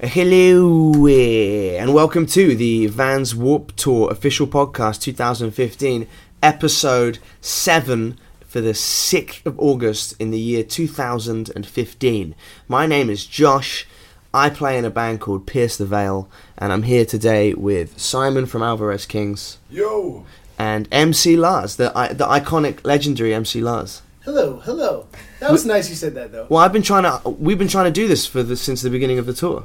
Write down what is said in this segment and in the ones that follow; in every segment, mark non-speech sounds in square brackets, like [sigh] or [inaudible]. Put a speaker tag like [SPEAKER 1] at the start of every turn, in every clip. [SPEAKER 1] Hello eh, and welcome to the Vans Warp Tour official podcast 2015 episode 7 for the 6th of August in the year 2015. My name is Josh. I play in a band called Pierce the Veil and I'm here today with Simon from Alvarez Kings. Yo. And MC Lars, the I- the iconic legendary MC Lars.
[SPEAKER 2] Hello, hello. That was nice you said that though.
[SPEAKER 1] Well, I've been trying to we've been trying to do this for the since the beginning of the tour.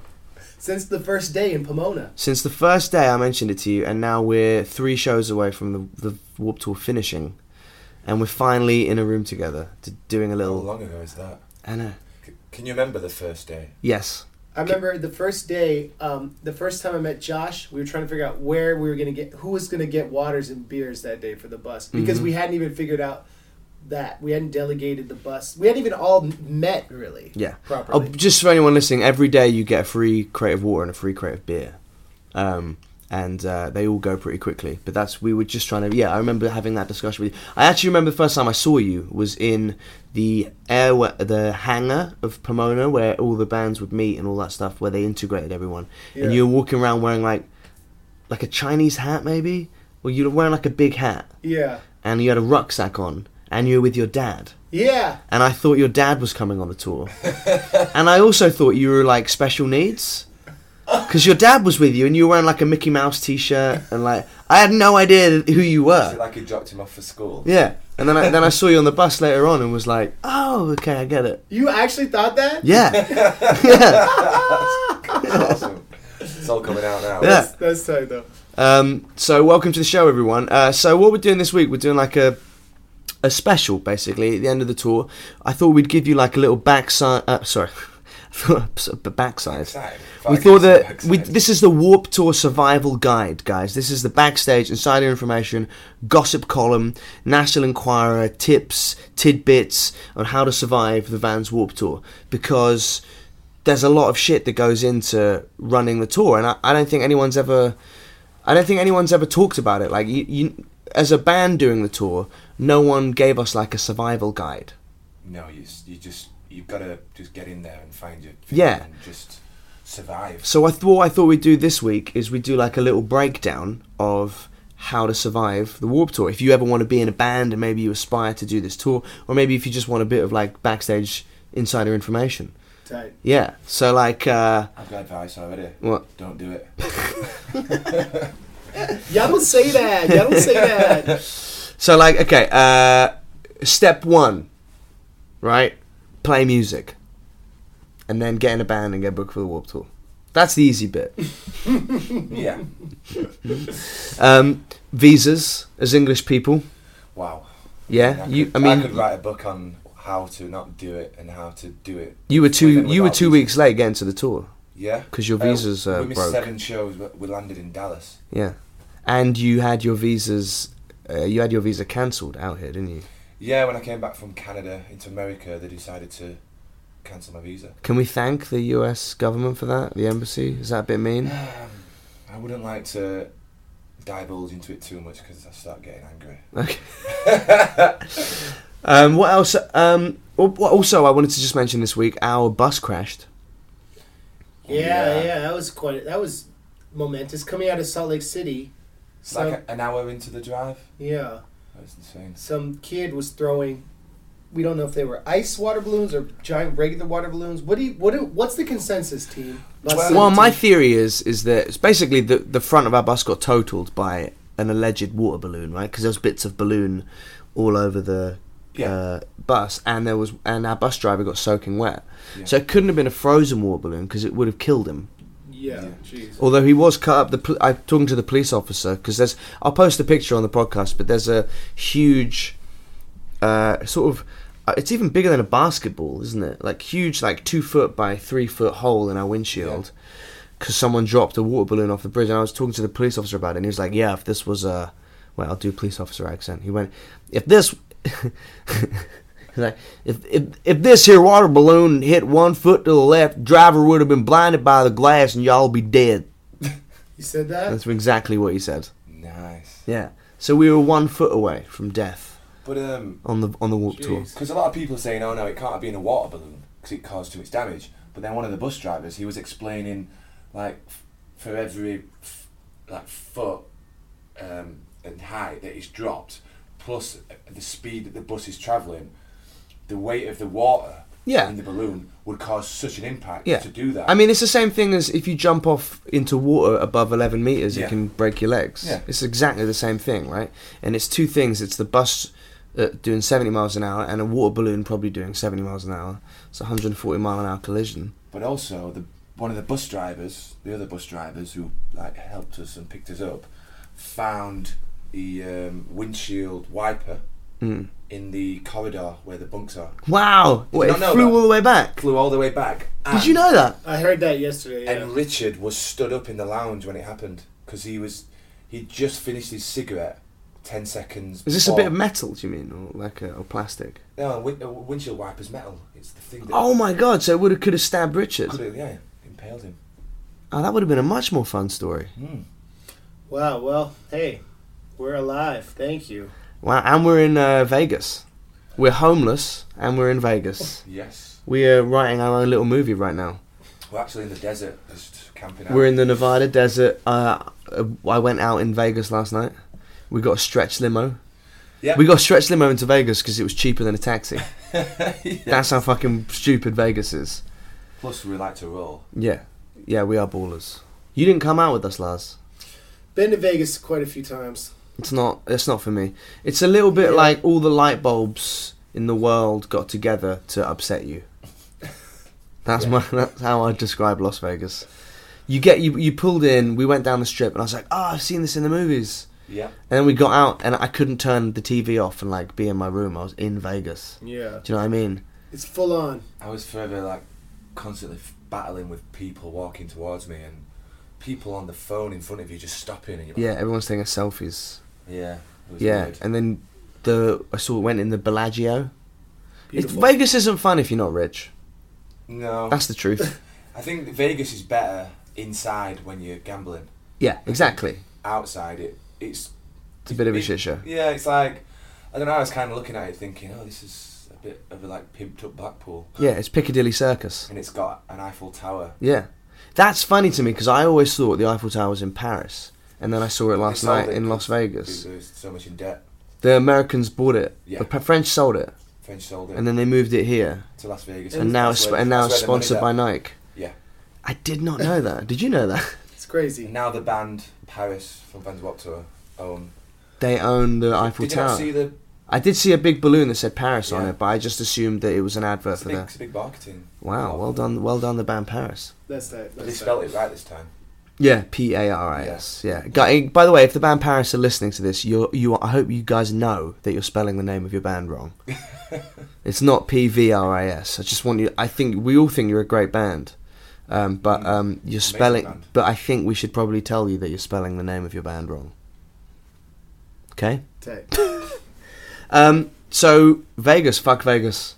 [SPEAKER 2] Since the first day in Pomona.
[SPEAKER 1] Since the first day I mentioned it to you, and now we're three shows away from the, the Warp Tour finishing, and we're finally in a room together, d doing a
[SPEAKER 3] How
[SPEAKER 1] little.
[SPEAKER 3] long ago is that?
[SPEAKER 1] I know.
[SPEAKER 3] C- can you remember the first day?
[SPEAKER 1] Yes.
[SPEAKER 2] I remember the first day, um, the first time I met Josh, we were trying to figure out where we were gonna get, who was gonna get waters and beers that day for the bus
[SPEAKER 1] Mm-hmm.
[SPEAKER 2] because we hadn't even figured out that we hadn't delegated the bus. We hadn't even all met really.
[SPEAKER 1] Yeah.
[SPEAKER 2] Properly.
[SPEAKER 1] Oh, just for anyone listening, every day you get a free crate of water and a free crate of beer, um, and uh, they all go pretty quickly. But that's we were just trying to. Yeah, I remember having that discussion with you. I actually remember the first time I saw you was in the air the hangar of Pomona where all the bands would meet and all that stuff, where they integrated everyone,
[SPEAKER 2] Yeah.
[SPEAKER 1] and you were walking around wearing like like a Chinese hat maybe, or you were wearing like a big hat,
[SPEAKER 2] Yeah.
[SPEAKER 1] and you had a rucksack on, and you were with your dad
[SPEAKER 2] Yeah.
[SPEAKER 1] and I thought your dad was coming on the tour. and I also thought you were like special needs. Because your dad was with you and you were wearing like a Mickey Mouse t shirt and like, I had no idea who you
[SPEAKER 3] Is it
[SPEAKER 1] were.
[SPEAKER 3] like you dropped him off for school? [laughs]
[SPEAKER 1] Yeah. And then I, then I saw you on the bus later on and was like, oh, okay, I get it.
[SPEAKER 2] You actually thought that?
[SPEAKER 1] Yeah. yeah.
[SPEAKER 3] awesome. It's all coming out now.
[SPEAKER 1] Yeah.
[SPEAKER 2] That's tight though.
[SPEAKER 1] Um, so welcome to the show, everyone. Uh, so what we're doing this week, we're doing like a a special, basically, at the end of the tour. I thought we'd give you like a little backside. Uh, sorry, [laughs] backside.
[SPEAKER 3] Backside.
[SPEAKER 1] We
[SPEAKER 3] Fuck,
[SPEAKER 1] thought
[SPEAKER 3] it's
[SPEAKER 1] that
[SPEAKER 3] backside.
[SPEAKER 1] we, this is the Warp Tour survival guide, guys. This is the backstage, insider information, gossip column, National Enquirer tips, tidbits on how to survive the Vans Warp Tour because there's a lot of shit that goes into running the tour, and I, I don't think anyone's ever, I don't think anyone's ever talked about it. Like you, you, as a band doing the tour, no one gave us like a survival guide.
[SPEAKER 3] No, you, s- you just you've got to just get in there and find your feet
[SPEAKER 1] Yeah.
[SPEAKER 3] and just survive.
[SPEAKER 1] So I th- what I thought we'd do this week is we do like a little breakdown of how to survive the Warp Tour. If you ever want to be in a band and maybe you aspire to do this tour, or maybe if you just want a bit of like backstage insider information.
[SPEAKER 2] Tight.
[SPEAKER 1] Yeah. So like, uh,
[SPEAKER 3] I've got advice already.
[SPEAKER 1] what?
[SPEAKER 3] Don't do it.
[SPEAKER 2] Y'all don't say that. Y'all don't
[SPEAKER 1] [laughs]
[SPEAKER 2] say that.
[SPEAKER 1] So like, okay. Uh, step one, right? Play music, and then get in a band and get booked for the Warp Tour. That's the easy [laughs] bit.
[SPEAKER 3] yeah.
[SPEAKER 1] Um, visas as English people.
[SPEAKER 3] Wow.
[SPEAKER 1] Yeah. You.
[SPEAKER 3] could,
[SPEAKER 1] I mean,
[SPEAKER 3] I could write a book on how to not do it and how to do it.
[SPEAKER 1] You were two.
[SPEAKER 3] Even
[SPEAKER 1] You were
[SPEAKER 3] without
[SPEAKER 1] two
[SPEAKER 3] visas.
[SPEAKER 1] weeks late getting to the tour.
[SPEAKER 3] Yeah.
[SPEAKER 1] 'Cause your
[SPEAKER 3] Uh,
[SPEAKER 1] visa's, uh,
[SPEAKER 3] we missed
[SPEAKER 1] broke.
[SPEAKER 3] seven shows. but We landed in Dallas.
[SPEAKER 1] Yeah, and you had your visas. Uh, you had your visa cancelled out here, didn't you?
[SPEAKER 3] Yeah, when I came back from Canada into America, they decided to cancel my visa.
[SPEAKER 1] Can we thank the U.S. government for that? The embassy is that a bit
[SPEAKER 3] [laughs]
[SPEAKER 1] mean?
[SPEAKER 3] I wouldn't like to divulge into it too much because I start getting angry.
[SPEAKER 1] Okay. [laughs] um, what else? Um, al- what- also, I wanted to just mention this week our bus crashed.
[SPEAKER 2] Yeah, yeah. That was quite. That was momentous. Coming out of Salt Lake City.
[SPEAKER 3] It's like a- an hour into the drive.
[SPEAKER 2] Yeah.
[SPEAKER 3] That's insane.
[SPEAKER 2] some kid was throwing we don't know if they were ice water balloons or giant regular water balloons. What do you, what do, what's the consensus team? Bus
[SPEAKER 3] Well-
[SPEAKER 2] seventeen.
[SPEAKER 1] Well, my theory is is that it's basically the the front of our bus got totaled by an alleged water balloon, right? Because there was bits of balloon all over the
[SPEAKER 3] Yeah.
[SPEAKER 1] uh, bus, and there was and our bus driver got soaking wet.
[SPEAKER 3] Yeah.
[SPEAKER 1] So it couldn't have been a frozen water balloon because it would have killed him.
[SPEAKER 2] yeah,
[SPEAKER 3] Yeah.
[SPEAKER 2] jeez.
[SPEAKER 1] Although he was cut up. The pl- I'm talking to the police officer because there's. I'll post a picture on the podcast, but there's a huge, uh, sort of. uh, it's even bigger than a basketball, isn't it? Like huge, like two foot by three foot hole in our windshield because someone dropped a water balloon off the bridge. And I was talking to the police officer about it, and he was like, "Yeah, if this was a, well, I'll do police officer accent." He went, "If this." [laughs] He's Like, if, if if this here water balloon hit one foot to the left, driver would have been blinded by the glass, and y'all be dead.
[SPEAKER 2] You said that?
[SPEAKER 1] Uh, That's exactly what he said.
[SPEAKER 3] Nice.
[SPEAKER 1] Yeah. So we were one foot away from death
[SPEAKER 3] But um,
[SPEAKER 1] on the on the warp tour.
[SPEAKER 2] Jeez.
[SPEAKER 3] because a lot of people are saying, "Oh no, it can't have been a water balloon because it caused too much damage." But then one of the bus drivers, he was explaining, like, f- for every f- like foot um, and height that is dropped, plus the speed that the bus is travelling, the weight of the water
[SPEAKER 1] Yeah.
[SPEAKER 3] in the balloon would cause such an impact
[SPEAKER 1] Yeah.
[SPEAKER 3] to do that.
[SPEAKER 1] I mean, it's the same thing as if you jump off into water above 11 meters,
[SPEAKER 3] Yeah.
[SPEAKER 1] it can break your legs.
[SPEAKER 3] Yeah.
[SPEAKER 1] It's exactly the same thing, right? And it's two things. It's the bus uh, doing 70 miles an hour and a water balloon probably doing 70 miles an hour. It's a 140 mile an hour collision.
[SPEAKER 3] but also the one of the bus drivers, the other bus drivers who like helped us and picked us up, found the um, windshield wiper
[SPEAKER 1] Hmm.
[SPEAKER 3] in the corridor where the bunks are.
[SPEAKER 1] Wow! Wait,
[SPEAKER 3] not
[SPEAKER 1] it
[SPEAKER 3] know
[SPEAKER 1] flew
[SPEAKER 3] that?
[SPEAKER 1] all the way back.
[SPEAKER 3] Flew all the way back.
[SPEAKER 1] Did you know that?
[SPEAKER 2] I heard that yesterday.
[SPEAKER 3] And
[SPEAKER 2] Yeah.
[SPEAKER 3] Richard was stood up in the lounge when it happened because he was he just finished his cigarette ten seconds.
[SPEAKER 1] Is this a
[SPEAKER 3] before-
[SPEAKER 1] bit of metal, do you mean? Or like a, or plastic?
[SPEAKER 3] No, a win- a windshield wiper's metal. It's the thing that.
[SPEAKER 1] Oh my god, so it would have could have stabbed Richard.
[SPEAKER 3] Could have, yeah, impaled him.
[SPEAKER 1] Oh, that would have been a much more fun story.
[SPEAKER 2] Wow, well, hey, we're alive. Thank you.
[SPEAKER 1] Wow, and we're in uh, Vegas. We're homeless and we're in Vegas.
[SPEAKER 3] Yes,
[SPEAKER 1] We are writing our own little movie right now.
[SPEAKER 3] we're actually in the desert, just camping out.
[SPEAKER 1] We're in the Nevada desert. Uh, uh, I went out in Vegas last night. We got a stretch limo.
[SPEAKER 3] Yeah.
[SPEAKER 1] We got a stretch limo into Vegas because it was cheaper than a taxi. That's how fucking stupid Vegas is.
[SPEAKER 3] Plus, we like to roll.
[SPEAKER 1] Yeah. Yeah, we are ballers. You didn't come out with us, Lars.
[SPEAKER 2] Been to Vegas quite a few times.
[SPEAKER 1] It's not. It's not for me. It's a little bit
[SPEAKER 2] Yeah.
[SPEAKER 1] like all the light bulbs in the world got together to upset you. That's my. That's how I describe Las Vegas. You get you. You pulled in. We went down the strip, and I was like, "Oh, I've seen this in the movies."
[SPEAKER 3] Yeah.
[SPEAKER 1] And then we got out, and I couldn't turn the TV off and like be in my room. I was in Vegas.
[SPEAKER 2] Yeah.
[SPEAKER 1] Do you know what I mean?
[SPEAKER 2] It's full on.
[SPEAKER 3] I was forever like constantly f- battling with people walking towards me and people on the phone in front of you just stopping and you're
[SPEAKER 1] Yeah,
[SPEAKER 3] like,
[SPEAKER 1] everyone's taking selfies.
[SPEAKER 3] yeah, It was
[SPEAKER 1] Yeah,
[SPEAKER 3] weird.
[SPEAKER 1] and then the I saw it went in the Bellagio. It's,
[SPEAKER 2] Beautiful.
[SPEAKER 1] Vegas isn't fun if you're not rich.
[SPEAKER 3] No,
[SPEAKER 1] That's the truth.
[SPEAKER 3] I think Vegas is better inside when you're gambling.
[SPEAKER 1] yeah, exactly.
[SPEAKER 3] Outside, it it's
[SPEAKER 1] It's a bit of a
[SPEAKER 3] it-
[SPEAKER 1] shit show.
[SPEAKER 3] Yeah, it's like I don't know. I was kind of looking at it thinking, oh, this is a bit of a like pimped up Blackpool,
[SPEAKER 1] Yeah, it's Piccadilly Circus.
[SPEAKER 3] and it's got an Eiffel Tower.
[SPEAKER 1] Yeah, that's funny to me because I always thought the Eiffel Tower was in Paris, and then I saw it
[SPEAKER 3] They
[SPEAKER 1] last
[SPEAKER 3] sold
[SPEAKER 1] night
[SPEAKER 3] it
[SPEAKER 1] in
[SPEAKER 3] 'cause
[SPEAKER 1] Las Vegas.
[SPEAKER 3] It was so much in debt.
[SPEAKER 1] The Americans bought it.
[SPEAKER 3] Yeah.
[SPEAKER 1] The P- French sold it,
[SPEAKER 3] French sold it
[SPEAKER 1] and then they moved it here,
[SPEAKER 3] to Las Vegas,
[SPEAKER 1] and now it's
[SPEAKER 3] that's
[SPEAKER 1] sp-
[SPEAKER 3] where-
[SPEAKER 1] and now
[SPEAKER 3] that's
[SPEAKER 1] it's
[SPEAKER 3] where the money's
[SPEAKER 1] sponsored
[SPEAKER 3] at.
[SPEAKER 1] by Nike.
[SPEAKER 3] Yeah.
[SPEAKER 1] I did not know that. Did you know that [laughs]
[SPEAKER 2] It's crazy.
[SPEAKER 3] Now the band Paris from Ben's Walk Tour own.
[SPEAKER 1] they own the Eiffel
[SPEAKER 3] Did you
[SPEAKER 1] Tower?
[SPEAKER 3] not see the
[SPEAKER 1] I did see a big balloon that said Paris on
[SPEAKER 3] Yeah.
[SPEAKER 1] it, but I just assumed that it was an advert
[SPEAKER 3] it's a
[SPEAKER 1] for
[SPEAKER 3] big,
[SPEAKER 1] the.
[SPEAKER 3] it's a big marketing?
[SPEAKER 1] Wow,
[SPEAKER 3] Oh,
[SPEAKER 1] well done, well done, the band Paris.
[SPEAKER 2] That's that.
[SPEAKER 3] But they
[SPEAKER 2] That's
[SPEAKER 3] spelled
[SPEAKER 2] that.
[SPEAKER 3] it right this time.
[SPEAKER 1] Yeah, P A R I S. Yeah. Guy, by the way, if the band Paris are listening to this, you you I hope you guys know that you're spelling the name of your band wrong. it's not P V R I S. I just want you. I think we all think you're a great band, um, but um, you're spelling.
[SPEAKER 3] band.
[SPEAKER 1] But I think we should probably tell you that you're spelling the name of your band wrong. Okay.
[SPEAKER 2] Tight.
[SPEAKER 1] Um. So Vegas, fuck Vegas.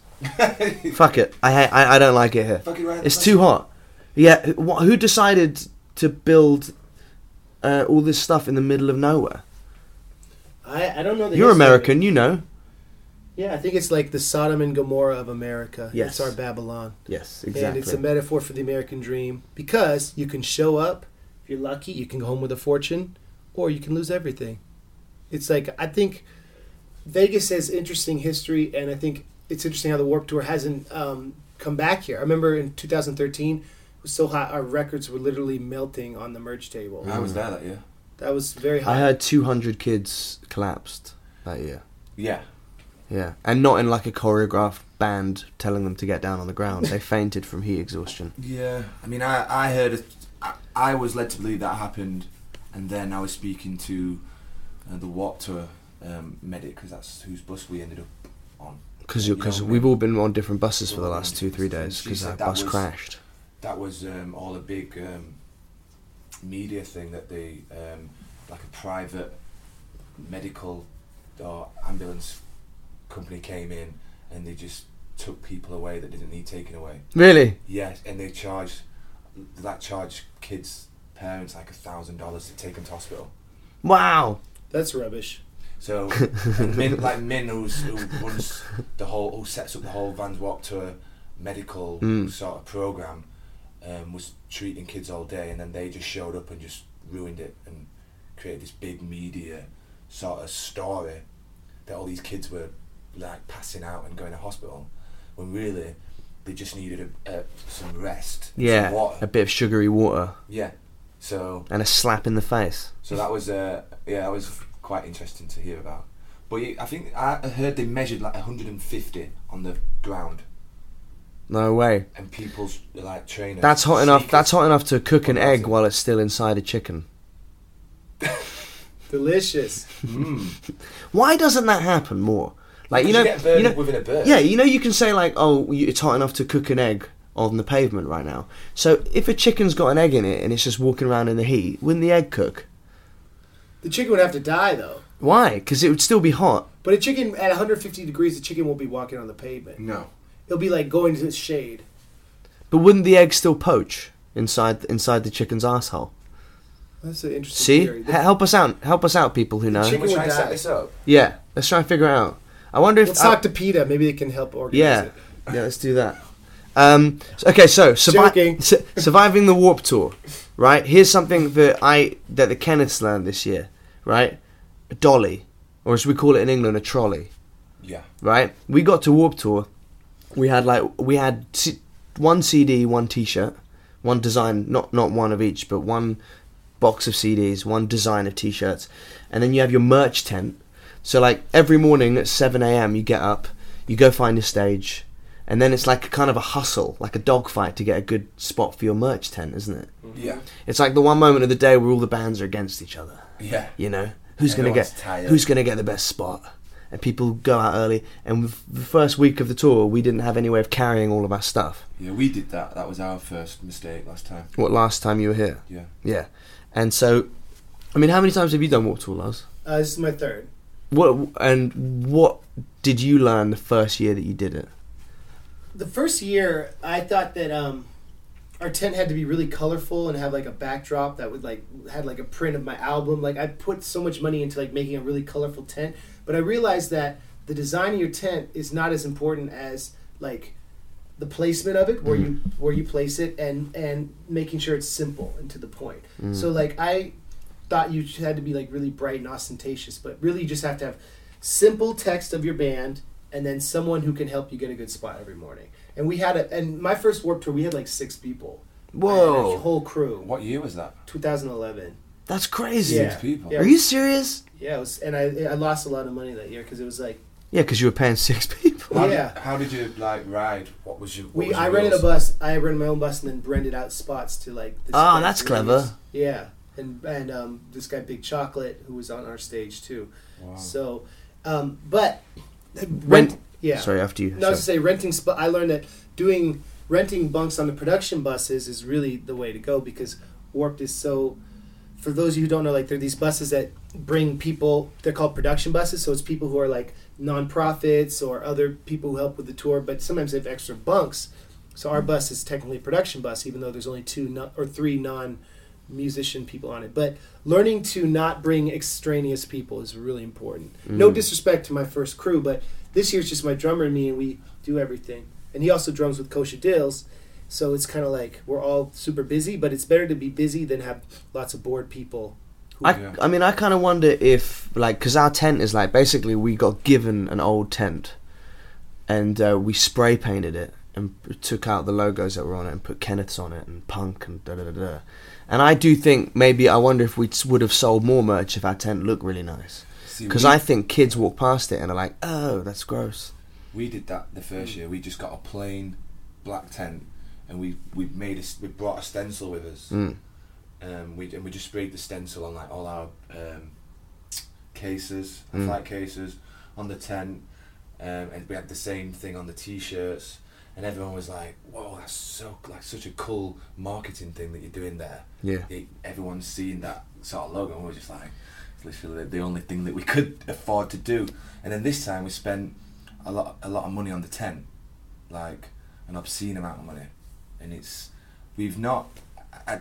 [SPEAKER 1] fuck it. I, ha- I I don't like it here.
[SPEAKER 3] Fucking right.
[SPEAKER 1] It's too hot. Yeah, wh- who decided to build uh, all this stuff in the middle of nowhere?
[SPEAKER 2] I, I don't know the
[SPEAKER 1] You're
[SPEAKER 2] history.
[SPEAKER 1] American, you know.
[SPEAKER 2] Yeah, I think it's like the Sodom and Gomorrah of America.
[SPEAKER 1] Yes.
[SPEAKER 2] It's our Babylon.
[SPEAKER 1] Yes,
[SPEAKER 2] And it's a metaphor for the American dream because you can show up, if you're lucky, you can go home with a fortune, or you can lose everything. It's like, I think Vegas has interesting history, and I think it's interesting how the Warp Tour hasn't um, come back here. I remember in 2013, it was so hot, our records were literally melting on the merch table.
[SPEAKER 3] I was there that year.
[SPEAKER 2] That was very hot.
[SPEAKER 1] I heard 200 kids collapsed that year.
[SPEAKER 3] Yeah.
[SPEAKER 1] Yeah, and not in like a choreographed band telling them to get down on the ground. They fainted from heat exhaustion.
[SPEAKER 3] Yeah. I mean, I I heard. it- I I was led to believe that happened, and then I was speaking to uh, the Watt Tour um, medic because that's whose bus we ended up on.
[SPEAKER 1] because
[SPEAKER 3] You know what I mean?
[SPEAKER 1] we've all been on different buses for the last two three days
[SPEAKER 3] She
[SPEAKER 1] because
[SPEAKER 3] said
[SPEAKER 1] that
[SPEAKER 3] that
[SPEAKER 1] bus
[SPEAKER 3] was-
[SPEAKER 1] crashed.
[SPEAKER 3] that was um, all a big um, media thing that they um, like a private medical or ambulance company came in and they just took people away that didn't need taken away.
[SPEAKER 1] Really?
[SPEAKER 3] Yes, and they charged that charged kids parents like a thousand dollars to take them to hospital.
[SPEAKER 1] Wow.
[SPEAKER 2] That's rubbish.
[SPEAKER 1] [laughs]
[SPEAKER 3] So and Min, like Min, who's, who runs the whole, who sets up the whole Vans Walk Tour medical
[SPEAKER 1] Hmm.
[SPEAKER 3] sort of program, um, was treating kids all day, and then they just showed up and just ruined it and created this big media sort of story that all these kids were like passing out and going to hospital, when really they just needed a, a, some rest,
[SPEAKER 1] Yeah.
[SPEAKER 3] some water,
[SPEAKER 1] A bit of sugary water
[SPEAKER 3] yeah. So
[SPEAKER 1] and a slap in the face.
[SPEAKER 3] so that was uh, yeah, that was quite interesting to hear about. But you- I think I heard they measured like 150 on the ground,
[SPEAKER 1] No way.
[SPEAKER 3] and people's like trainers.
[SPEAKER 1] That's hot enough.
[SPEAKER 3] sneakers-
[SPEAKER 1] That's hot enough to cook an
[SPEAKER 3] What was
[SPEAKER 1] egg
[SPEAKER 3] it?
[SPEAKER 1] while it's still inside a chicken.
[SPEAKER 2] Delicious.
[SPEAKER 1] Why doesn't that happen more? Like you know,
[SPEAKER 3] Because you get burned
[SPEAKER 1] you know-
[SPEAKER 3] within a burst.
[SPEAKER 1] Yeah, you know, you can say like, "Oh, you- it's hot enough to cook an egg on the pavement right now." So if a chicken's got an egg in it and it's just walking around in the heat, wouldn't the egg cook?
[SPEAKER 2] The chicken would have to die though.
[SPEAKER 1] Why? Because it would still be hot.
[SPEAKER 2] But a chicken at 150 degrees, the chicken won't be walking on the pavement.
[SPEAKER 3] No,
[SPEAKER 2] It'll be like going to the shade.
[SPEAKER 1] But wouldn't the egg still poach inside inside the chicken's asshole?
[SPEAKER 2] That's an interesting
[SPEAKER 1] See,
[SPEAKER 2] theory.
[SPEAKER 1] H- help us out. Help us out, people who know.
[SPEAKER 3] can
[SPEAKER 2] chicken-
[SPEAKER 3] we
[SPEAKER 2] would
[SPEAKER 3] try and
[SPEAKER 2] die.
[SPEAKER 3] set this up?
[SPEAKER 1] Yeah, let's try and figure it out. I wonder if
[SPEAKER 2] Let's
[SPEAKER 1] I-
[SPEAKER 2] talk to PETA. Maybe they can help organize
[SPEAKER 1] Yeah,
[SPEAKER 2] it.
[SPEAKER 1] yeah. Let's do that. Um, so- okay, so survi- [laughs]
[SPEAKER 2] Joking.
[SPEAKER 1] su- surviving the warp tour, right? Here's something that I that the Kenneths learned this year, right? A dolly, or as we call it in England, a trolley,
[SPEAKER 3] Yeah,
[SPEAKER 1] right? We got to warp tour. We had like we had c- one CD, one T-shirt, one design, not not one of each, but one box of CDs, one design of T-shirts, and then you have your merch tent. So like every morning at seven a.m. you get up, you go find a stage, and then it's like a kind of a hustle, like a dogfight to get a good spot for your merch tent, isn't it?
[SPEAKER 3] yeah,
[SPEAKER 1] It's like the one moment of the day where all the bands are against each other.
[SPEAKER 3] yeah.
[SPEAKER 1] You know, who's going to
[SPEAKER 3] Everyone's
[SPEAKER 1] get
[SPEAKER 3] tired.
[SPEAKER 1] who's going to get the best spot? And people go out early. And with the first week of the tour, we didn't have any way of carrying all of our stuff.
[SPEAKER 3] Yeah, we did that. That was our first mistake last time.
[SPEAKER 1] What last time you were here?
[SPEAKER 3] Yeah,
[SPEAKER 1] Yeah. And so, I mean, how many times have you done walk tour, Lars?
[SPEAKER 2] Uh, this is my third.
[SPEAKER 1] What and what did you learn the first year that you did it?
[SPEAKER 2] The first year, I thought that um, our tent had to be really colorful and have like a backdrop that would like had like a print of my album. Like I put so much money into like making a really colorful tent, but I realized that the design of your tent is not as important as like the placement of it, where
[SPEAKER 1] Mm-hmm.
[SPEAKER 2] you where you place it, and and making sure it's simple and to the point.
[SPEAKER 1] Mm.
[SPEAKER 2] So like I thought you had to be like really bright and ostentatious, but really you just have to have simple text of your band and then someone who can help you get a good spot every morning. And we had a and my first warp tour we had like six people. I had a
[SPEAKER 1] Whoa,
[SPEAKER 2] whole crew.
[SPEAKER 3] what year was that?
[SPEAKER 2] 2011.
[SPEAKER 1] that's crazy.
[SPEAKER 2] Yeah.
[SPEAKER 3] people.
[SPEAKER 2] Yeah,
[SPEAKER 1] Are you serious?
[SPEAKER 2] yeah. It was, and I I lost a lot of money that year because it was like
[SPEAKER 1] Yeah, because you were paying six people.
[SPEAKER 3] How
[SPEAKER 2] Yeah.
[SPEAKER 3] Did, how did you like ride? What was your? What
[SPEAKER 2] we
[SPEAKER 3] was
[SPEAKER 2] I
[SPEAKER 3] your
[SPEAKER 2] rented a
[SPEAKER 3] rules?
[SPEAKER 2] bus. I rented my own bus and then rented out spots to like. This
[SPEAKER 1] Ah,
[SPEAKER 2] guy,
[SPEAKER 1] that's
[SPEAKER 2] Reeves.
[SPEAKER 1] clever.
[SPEAKER 2] Yeah, and and um, this guy Big Chocolate who was on our stage too.
[SPEAKER 3] Wow.
[SPEAKER 2] So, um, but rent.
[SPEAKER 1] Rent-
[SPEAKER 2] yeah.
[SPEAKER 1] Sorry, after you.
[SPEAKER 2] No, I was to say renting. Sp- I learned that doing renting bunks on the production buses is really the way to go because Warped is so. For those of you who don't know, like they're these buses that bring people. They're called production buses, so it's people who are like nonprofits or other people who help with the tour. But sometimes they have extra bunks, so our bus is technically a production bus, even though there's only two non- or three non musician people on it. But learning to not bring extraneous people is really important. No disrespect to my first crew, but this year's just my drummer and me, and we do everything. And he also drums with Kosha Dills, so it's kind of like we're all super busy. But it's better to be busy than have lots of bored people. Who,
[SPEAKER 1] I,
[SPEAKER 3] Yeah.
[SPEAKER 1] I mean, I kind of wonder if, like, because our tent is like basically we got given an old tent and uh, we spray painted it and p- took out the logos that were on it and put Kenneth's on it and punk and da da da da. And I do think maybe I wonder if we would have sold more merch if our tent looked really nice.
[SPEAKER 3] See,
[SPEAKER 1] Because
[SPEAKER 3] we-
[SPEAKER 1] I think kids walk past it and are like, oh, that's gross.
[SPEAKER 3] We did that the first year. We just got a plain black tent, and we we made a, s- we brought a stencil with us. Um, we and we just sprayed the stencil on like all our um, cases, flight cases, on the tent, um, and we had the same thing on the t-shirts, and everyone was like, "Whoa, that's so like such a cool marketing thing that you're doing there."
[SPEAKER 1] Yeah.
[SPEAKER 3] It, everyone's seen that sort of logo, and we we're just like, "It's literally the only thing that we could afford to do." And then this time we spent a lot a lot of money on the tent, like an obscene amount of money, and it's we've not. I,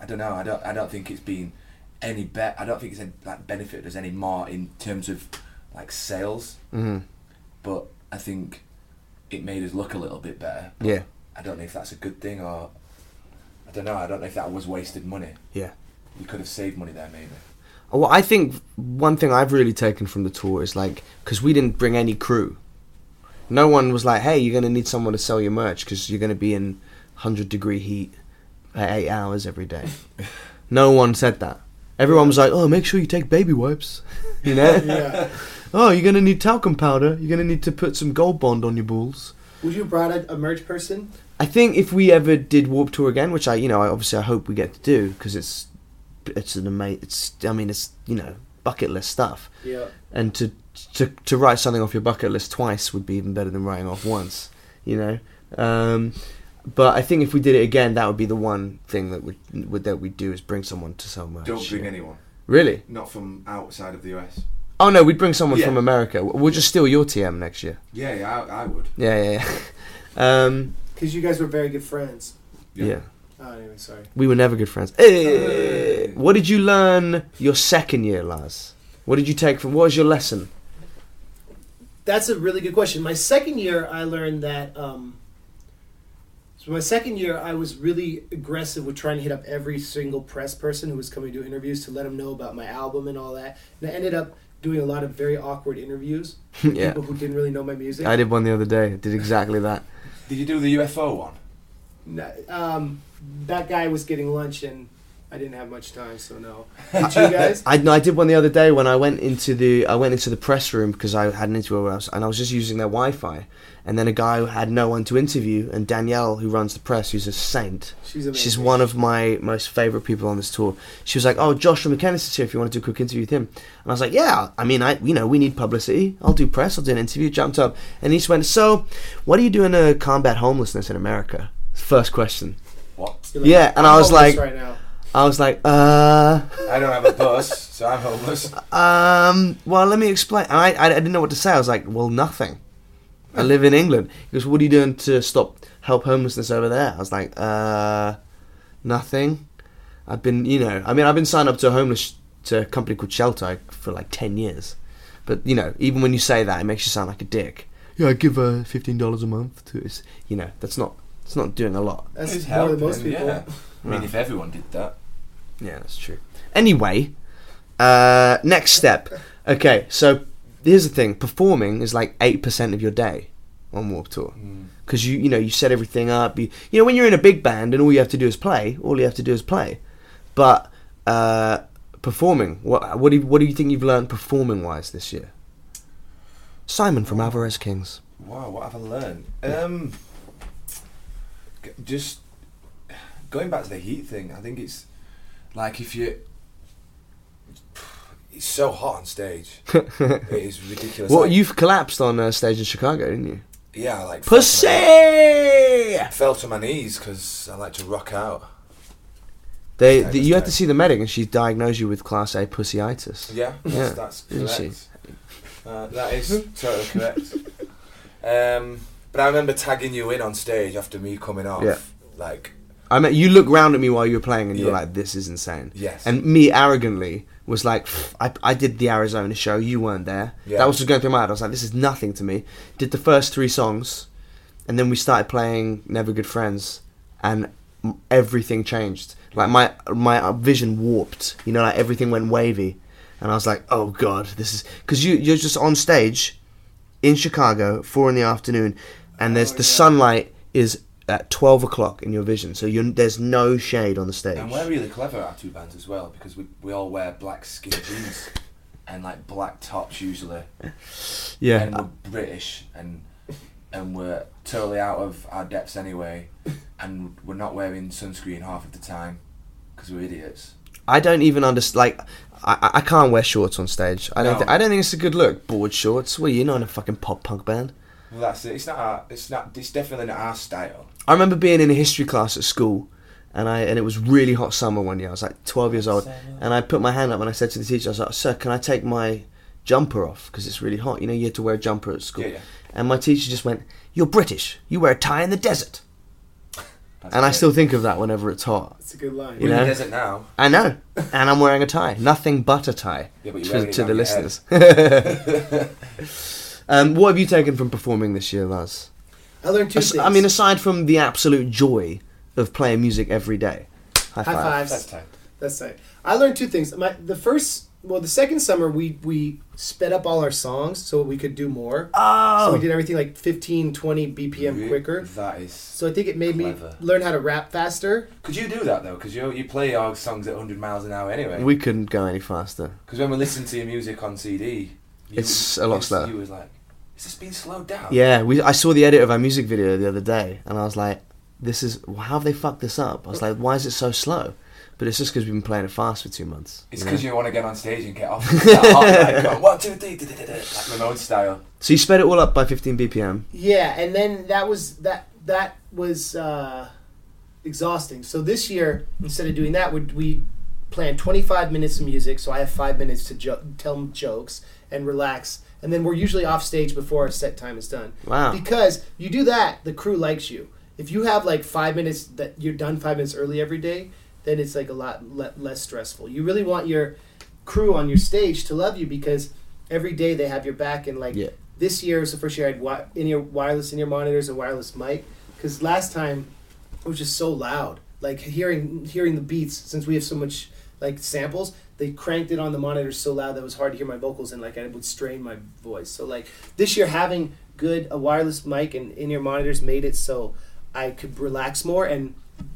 [SPEAKER 3] I don't know. I don't. I don't think it's been any bet. I don't think it's any, like benefited us any more in terms of like sales.
[SPEAKER 1] Mhm.
[SPEAKER 3] But I think it made us look a little bit better.
[SPEAKER 1] Yeah.
[SPEAKER 3] I don't know if that's a good thing or I don't know. I don't know if that was wasted money.
[SPEAKER 1] Yeah.
[SPEAKER 3] We could have saved money there maybe.
[SPEAKER 1] Well, I think one thing I've really taken from the tour is like because we didn't bring any crew. No one was like, "Hey, you're gonna need someone to sell your merch because you're gonna be in hundred degree heat at eight hours every day." no one said that. Everyone was like, "Oh, make sure you take baby wipes," [laughs] you know.
[SPEAKER 2] Yeah. [laughs]
[SPEAKER 1] Oh, you're gonna need talcum powder. You're gonna need to put some gold bond on your balls.
[SPEAKER 2] Would you have brought a, a merch person?
[SPEAKER 1] I think if we ever did Warp Tour again, which I, you know, I obviously I hope we get to do because it's, it's an amazing. It's I mean it's you know bucket list stuff,
[SPEAKER 2] Yeah.
[SPEAKER 1] and to to to write something off your bucket list twice would be even better than writing off once, you know. Um, but I think if we did it again, that would be the one thing that would, would that we do is bring someone to sell merch.
[SPEAKER 3] Don't bring anyone.
[SPEAKER 1] Really?
[SPEAKER 3] Not from outside of the US.
[SPEAKER 1] Oh no, we'd bring someone
[SPEAKER 3] Yeah.
[SPEAKER 1] from America. We'll just steal your TM next year.
[SPEAKER 3] Yeah, yeah, I, I would.
[SPEAKER 1] Yeah, yeah, yeah. [laughs] um,
[SPEAKER 2] Because you guys were very good friends.
[SPEAKER 1] yeah.
[SPEAKER 2] Oh, anyway, sorry.
[SPEAKER 1] We were never good friends. Eh,
[SPEAKER 3] Hey.
[SPEAKER 1] What did you learn your second year, Lars? What did you take from? What was your lesson? [laughs]
[SPEAKER 2] That's a really good question. My second year, I learned that. Um, so my second year, I was really aggressive with trying to hit up every single press person who was coming to do interviews to let them know about my album and all that. And I ended up doing a lot of very awkward interviews with
[SPEAKER 1] Yeah.
[SPEAKER 2] people who didn't really know my music.
[SPEAKER 1] I did one the other day. I did exactly that.
[SPEAKER 3] Did you do the UFO one?
[SPEAKER 2] N- Um, that guy was getting lunch, and I didn't have much time, so no. Did you guys?
[SPEAKER 1] I, no, I did one the other day when I went into the I went into the press room because I had an interview where I was, and I was just using their Wi-Fi, and then a guy who had no one to interview, and Danielle, who runs the press, who's a saint.
[SPEAKER 2] She's amazing.
[SPEAKER 1] She's one of my most favorite people on this tour. She was like, "Oh, Joshua McKenna's is here. If you want to do a quick interview with him," and I was like, "Yeah, I mean, I you know we need publicity. I'll do press. I'll do an interview." Jumped up, and he just went, "So, what are you doing to combat homelessness in America?" First question.
[SPEAKER 3] What?
[SPEAKER 2] You're like,
[SPEAKER 1] yeah, and I
[SPEAKER 2] I'm
[SPEAKER 1] was
[SPEAKER 2] homeless
[SPEAKER 1] like-
[SPEAKER 2] right now.
[SPEAKER 1] I was like, "Uh."
[SPEAKER 3] I don't have a bus, so I'm [laughs] homeless.
[SPEAKER 1] um, well, let me explain. And I, I, I didn't know what to say. I was like, well, nothing. I live in England. He goes, what are you doing to stop help homelessness over there? I was like, uh, nothing. I've been, you know, I mean, I've been signed up to a homeless to a company called Shelter for like ten years, but you know, even when you say that, it makes you sound like a dick. Yeah, I give uh, fifteen dollars a month to it's, you know, that's not, it's not doing a lot.
[SPEAKER 2] That's
[SPEAKER 3] It's
[SPEAKER 2] more than
[SPEAKER 3] helping,
[SPEAKER 2] most people.
[SPEAKER 3] yeah. I mean,
[SPEAKER 1] Yeah.
[SPEAKER 3] if everyone did that.
[SPEAKER 1] Yeah, that's true. Anyway, uh, next step. Okay, so here's the thing: performing is like eight percent of your day on Warp Tour because you you know you set everything up. You, you know when you're in a big band and all you have to do is play. All you have to do is play. But uh, performing, what what do you, what do you think you've learned performing wise this year? Simon from Alvarez Kings.
[SPEAKER 3] Wow, what have I learned? Um, g- just going back to the heat thing, I think it's like if you. It's so hot on [laughs] stage. it is ridiculous.
[SPEAKER 1] Well,
[SPEAKER 3] like,
[SPEAKER 1] you've collapsed on uh, stage in Chicago, didn't you?
[SPEAKER 3] Yeah, I like. fell to my-
[SPEAKER 1] Pussy.
[SPEAKER 3] Fell to my knees because I like to rock out.
[SPEAKER 1] They,
[SPEAKER 3] I
[SPEAKER 1] the, you had to
[SPEAKER 3] understand.
[SPEAKER 1] see the medic, and she diagnosed you with class A pussyitis.
[SPEAKER 3] Yeah, that's,
[SPEAKER 1] Yeah,
[SPEAKER 3] that's
[SPEAKER 1] you see.
[SPEAKER 3] correct. Uh, that is totally [laughs] correct. Um, but I remember tagging you in on stage after me coming off.
[SPEAKER 1] Yeah.
[SPEAKER 3] Like,
[SPEAKER 1] I mean, you looked round at me while you were playing, and you were
[SPEAKER 3] Yeah.
[SPEAKER 1] like, "This is insane."
[SPEAKER 3] Yes.
[SPEAKER 1] And me arrogantly was like, "Pff, I, "I did the Arizona show. You weren't there."
[SPEAKER 3] Yeah.
[SPEAKER 1] That was just going through my head. I was like, "This is nothing to me." Did the first three songs, and then we started playing "Never Good Friends," and m- everything changed. Like my my vision warped. You know, like everything went wavy, and I was like, "Oh God, this is." Because you you're just on stage, in Chicago, four in the afternoon, and there's
[SPEAKER 2] Oh,
[SPEAKER 1] the
[SPEAKER 2] yeah.
[SPEAKER 1] sunlight is at twelve o'clock in your vision, so you there's no shade on the stage.
[SPEAKER 3] And we're really clever our two bands as well because we, we all wear black skin jeans and like black tops usually.
[SPEAKER 1] yeah,
[SPEAKER 3] And we're British and and we're totally out of our depths anyway. And we're not wearing sunscreen half of the time because we're idiots.
[SPEAKER 1] I don't even understand. Like, I, I- I can't wear shorts on stage. I don't.
[SPEAKER 3] No.
[SPEAKER 1] thi- I don't think it's a good look. Board shorts. Well, you're not in a fucking pop punk band.
[SPEAKER 3] Well, that's it. It's not. Our, it's not. It's definitely not our style.
[SPEAKER 1] I remember being in a history class at school, and I and it was really hot summer one year. I was like 12 years old, and I put my hand up and I said to the teacher, I was like, "Sir, can I take my jumper off because it's really hot? You know, you had to wear a jumper at school."
[SPEAKER 3] Yeah, yeah.
[SPEAKER 1] And my teacher just went, "You're British. You wear a tie in the desert."
[SPEAKER 3] That's
[SPEAKER 1] And I
[SPEAKER 3] it.
[SPEAKER 1] still think of that whenever it's hot.
[SPEAKER 2] It's a good line.
[SPEAKER 1] You
[SPEAKER 3] We're in
[SPEAKER 1] know?
[SPEAKER 3] the desert now.
[SPEAKER 1] I know, and I'm wearing a tie. Nothing but a tie
[SPEAKER 3] Yeah, but you're
[SPEAKER 1] to,
[SPEAKER 3] wearing it
[SPEAKER 1] to the
[SPEAKER 3] around your
[SPEAKER 1] listeners. [laughs] um, what have you taken from performing this year, Lars?
[SPEAKER 2] I learned two
[SPEAKER 1] As-
[SPEAKER 2] things.
[SPEAKER 1] I mean, aside from the absolute joy of playing music every day. High,
[SPEAKER 2] high
[SPEAKER 1] five.
[SPEAKER 2] fives.
[SPEAKER 3] That's tight.
[SPEAKER 2] That's right. I learned two things. My the first, well, the second summer we we sped up all our songs so we could do more.
[SPEAKER 1] Oh!
[SPEAKER 2] So we did everything like 15, 20 BPM
[SPEAKER 3] Re-
[SPEAKER 2] quicker.
[SPEAKER 3] That is.
[SPEAKER 2] So I think it made
[SPEAKER 3] Clever.
[SPEAKER 2] me learn how to rap faster.
[SPEAKER 3] Could you do that though? Because you you play our songs at 100 miles an hour anyway.
[SPEAKER 1] We couldn't go any faster.
[SPEAKER 3] Because when we listen to your music on CD, you,
[SPEAKER 1] It's a lot
[SPEAKER 3] you-
[SPEAKER 1] slower.
[SPEAKER 3] You was like, is this being slowed down?
[SPEAKER 1] Yeah, we. I saw the edit of our music video the other day, and I was like, "This is how have they fucked this up?" I was like, "Why is it so slow?" But it's just because we've been playing it fast for two months.
[SPEAKER 3] It's
[SPEAKER 1] you know?
[SPEAKER 3] because you want to get on stage and
[SPEAKER 1] [laughs]
[SPEAKER 3] get off. It's that hot, like, go, one, two, three, da, da, da, da, like Ramon style.
[SPEAKER 1] So you sped it all up by 15 BPM.
[SPEAKER 2] Yeah, and then that was that that was uh, exhausting. So this year, instead of doing that, we we plan twenty five minutes of music. So I have five minutes to jo- tell jokes and relax, and then we're usually off stage before our set time is done.
[SPEAKER 1] Wow.
[SPEAKER 2] Because you do that, the crew likes you. If you have like five minutes that you're done five minutes early every day, then it's like a lot le- less stressful. You really want your crew on your stage to love you because every day they have your back and like
[SPEAKER 1] Yeah.
[SPEAKER 2] this year was the first year I had wi- in ear wireless in ear monitors and wireless mic because last time it was just so loud. Like hearing hearing the beats since we have so much like samples, they cranked it on the monitors so loud that it was hard to hear my vocals and like I would strain my voice. So like this year having good a wireless mic and in ear monitors made it so I could relax more and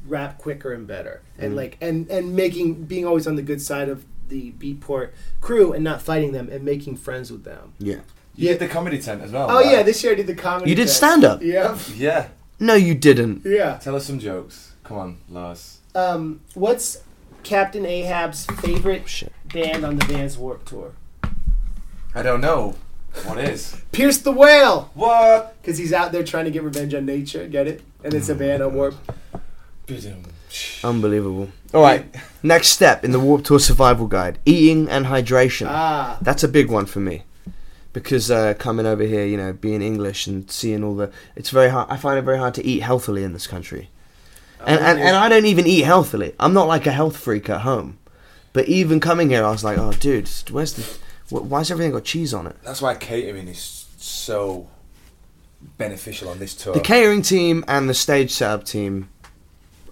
[SPEAKER 2] rap quicker and better and like and and making being always on the good side of the beatport crew and not fighting them and making friends with them
[SPEAKER 1] Yeah.
[SPEAKER 3] You
[SPEAKER 2] Yeah.
[SPEAKER 3] did the comedy tent as well.
[SPEAKER 2] Oh
[SPEAKER 3] right?
[SPEAKER 2] yeah, this year I did the comedy.
[SPEAKER 1] You did
[SPEAKER 2] fest.
[SPEAKER 1] stand-up?
[SPEAKER 2] Yeah,
[SPEAKER 3] yeah.
[SPEAKER 1] No, you didn't.
[SPEAKER 2] yeah.
[SPEAKER 3] Tell us some jokes. Come on, Lars.
[SPEAKER 2] Um, what's Captain Ahab's favorite
[SPEAKER 1] Shit.
[SPEAKER 2] band on the Vans Warp Tour?
[SPEAKER 3] I don't know. What is?
[SPEAKER 2] Pierce the Whale,
[SPEAKER 3] what?
[SPEAKER 2] because he's out there trying to get revenge on nature. Get it? And it's a band on Warp.
[SPEAKER 1] Unbelievable. All right. Next step in the Warp Tour Survival Guide: eating and hydration.
[SPEAKER 2] Ah,
[SPEAKER 1] That's a big one for me. Because uh, coming over here, you know, being English and seeing all the, it's very hard. I find it very hard to eat healthily in this country, and and, and I don't even eat healthily. I'm not like a health freak at home, but even coming here, I was like, oh, dude, where's the, wh- why's everything got cheese on it?
[SPEAKER 3] That's why catering is so beneficial on this tour.
[SPEAKER 1] The catering team and the stage setup team,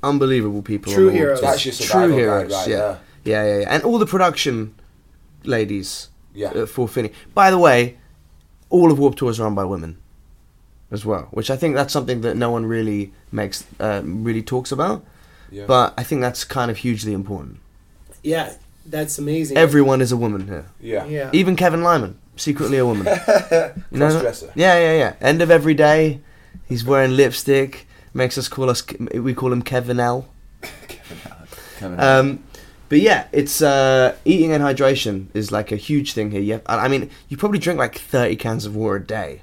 [SPEAKER 1] unbelievable people. on
[SPEAKER 2] True
[SPEAKER 1] the wall.
[SPEAKER 2] heroes.
[SPEAKER 3] That's your survival guide right
[SPEAKER 1] yeah.
[SPEAKER 3] there.
[SPEAKER 1] yeah, yeah, yeah, and all the production ladies
[SPEAKER 3] Yeah.
[SPEAKER 1] at Full Finney. By the way, all of Warp Tour is run by women as well, which I think that's something that no one really makes, uh, really talks about.
[SPEAKER 3] Yeah.
[SPEAKER 1] But I think that's kind of hugely important.
[SPEAKER 2] yeah, that's amazing.
[SPEAKER 1] Everyone is a woman here.
[SPEAKER 3] yeah.
[SPEAKER 2] yeah,
[SPEAKER 1] Even Kevin Lyman, secretly a woman. You know?
[SPEAKER 3] Cross-dresser.
[SPEAKER 1] Yeah, yeah, yeah. End of every day, he's wearing lipstick. Makes us call us. We call him Kevin L.
[SPEAKER 3] Kevin.
[SPEAKER 1] Um, but yeah, it's uh, eating and hydration is like a huge thing here. Yeah, I I mean, you probably drink like thirty cans of water a day.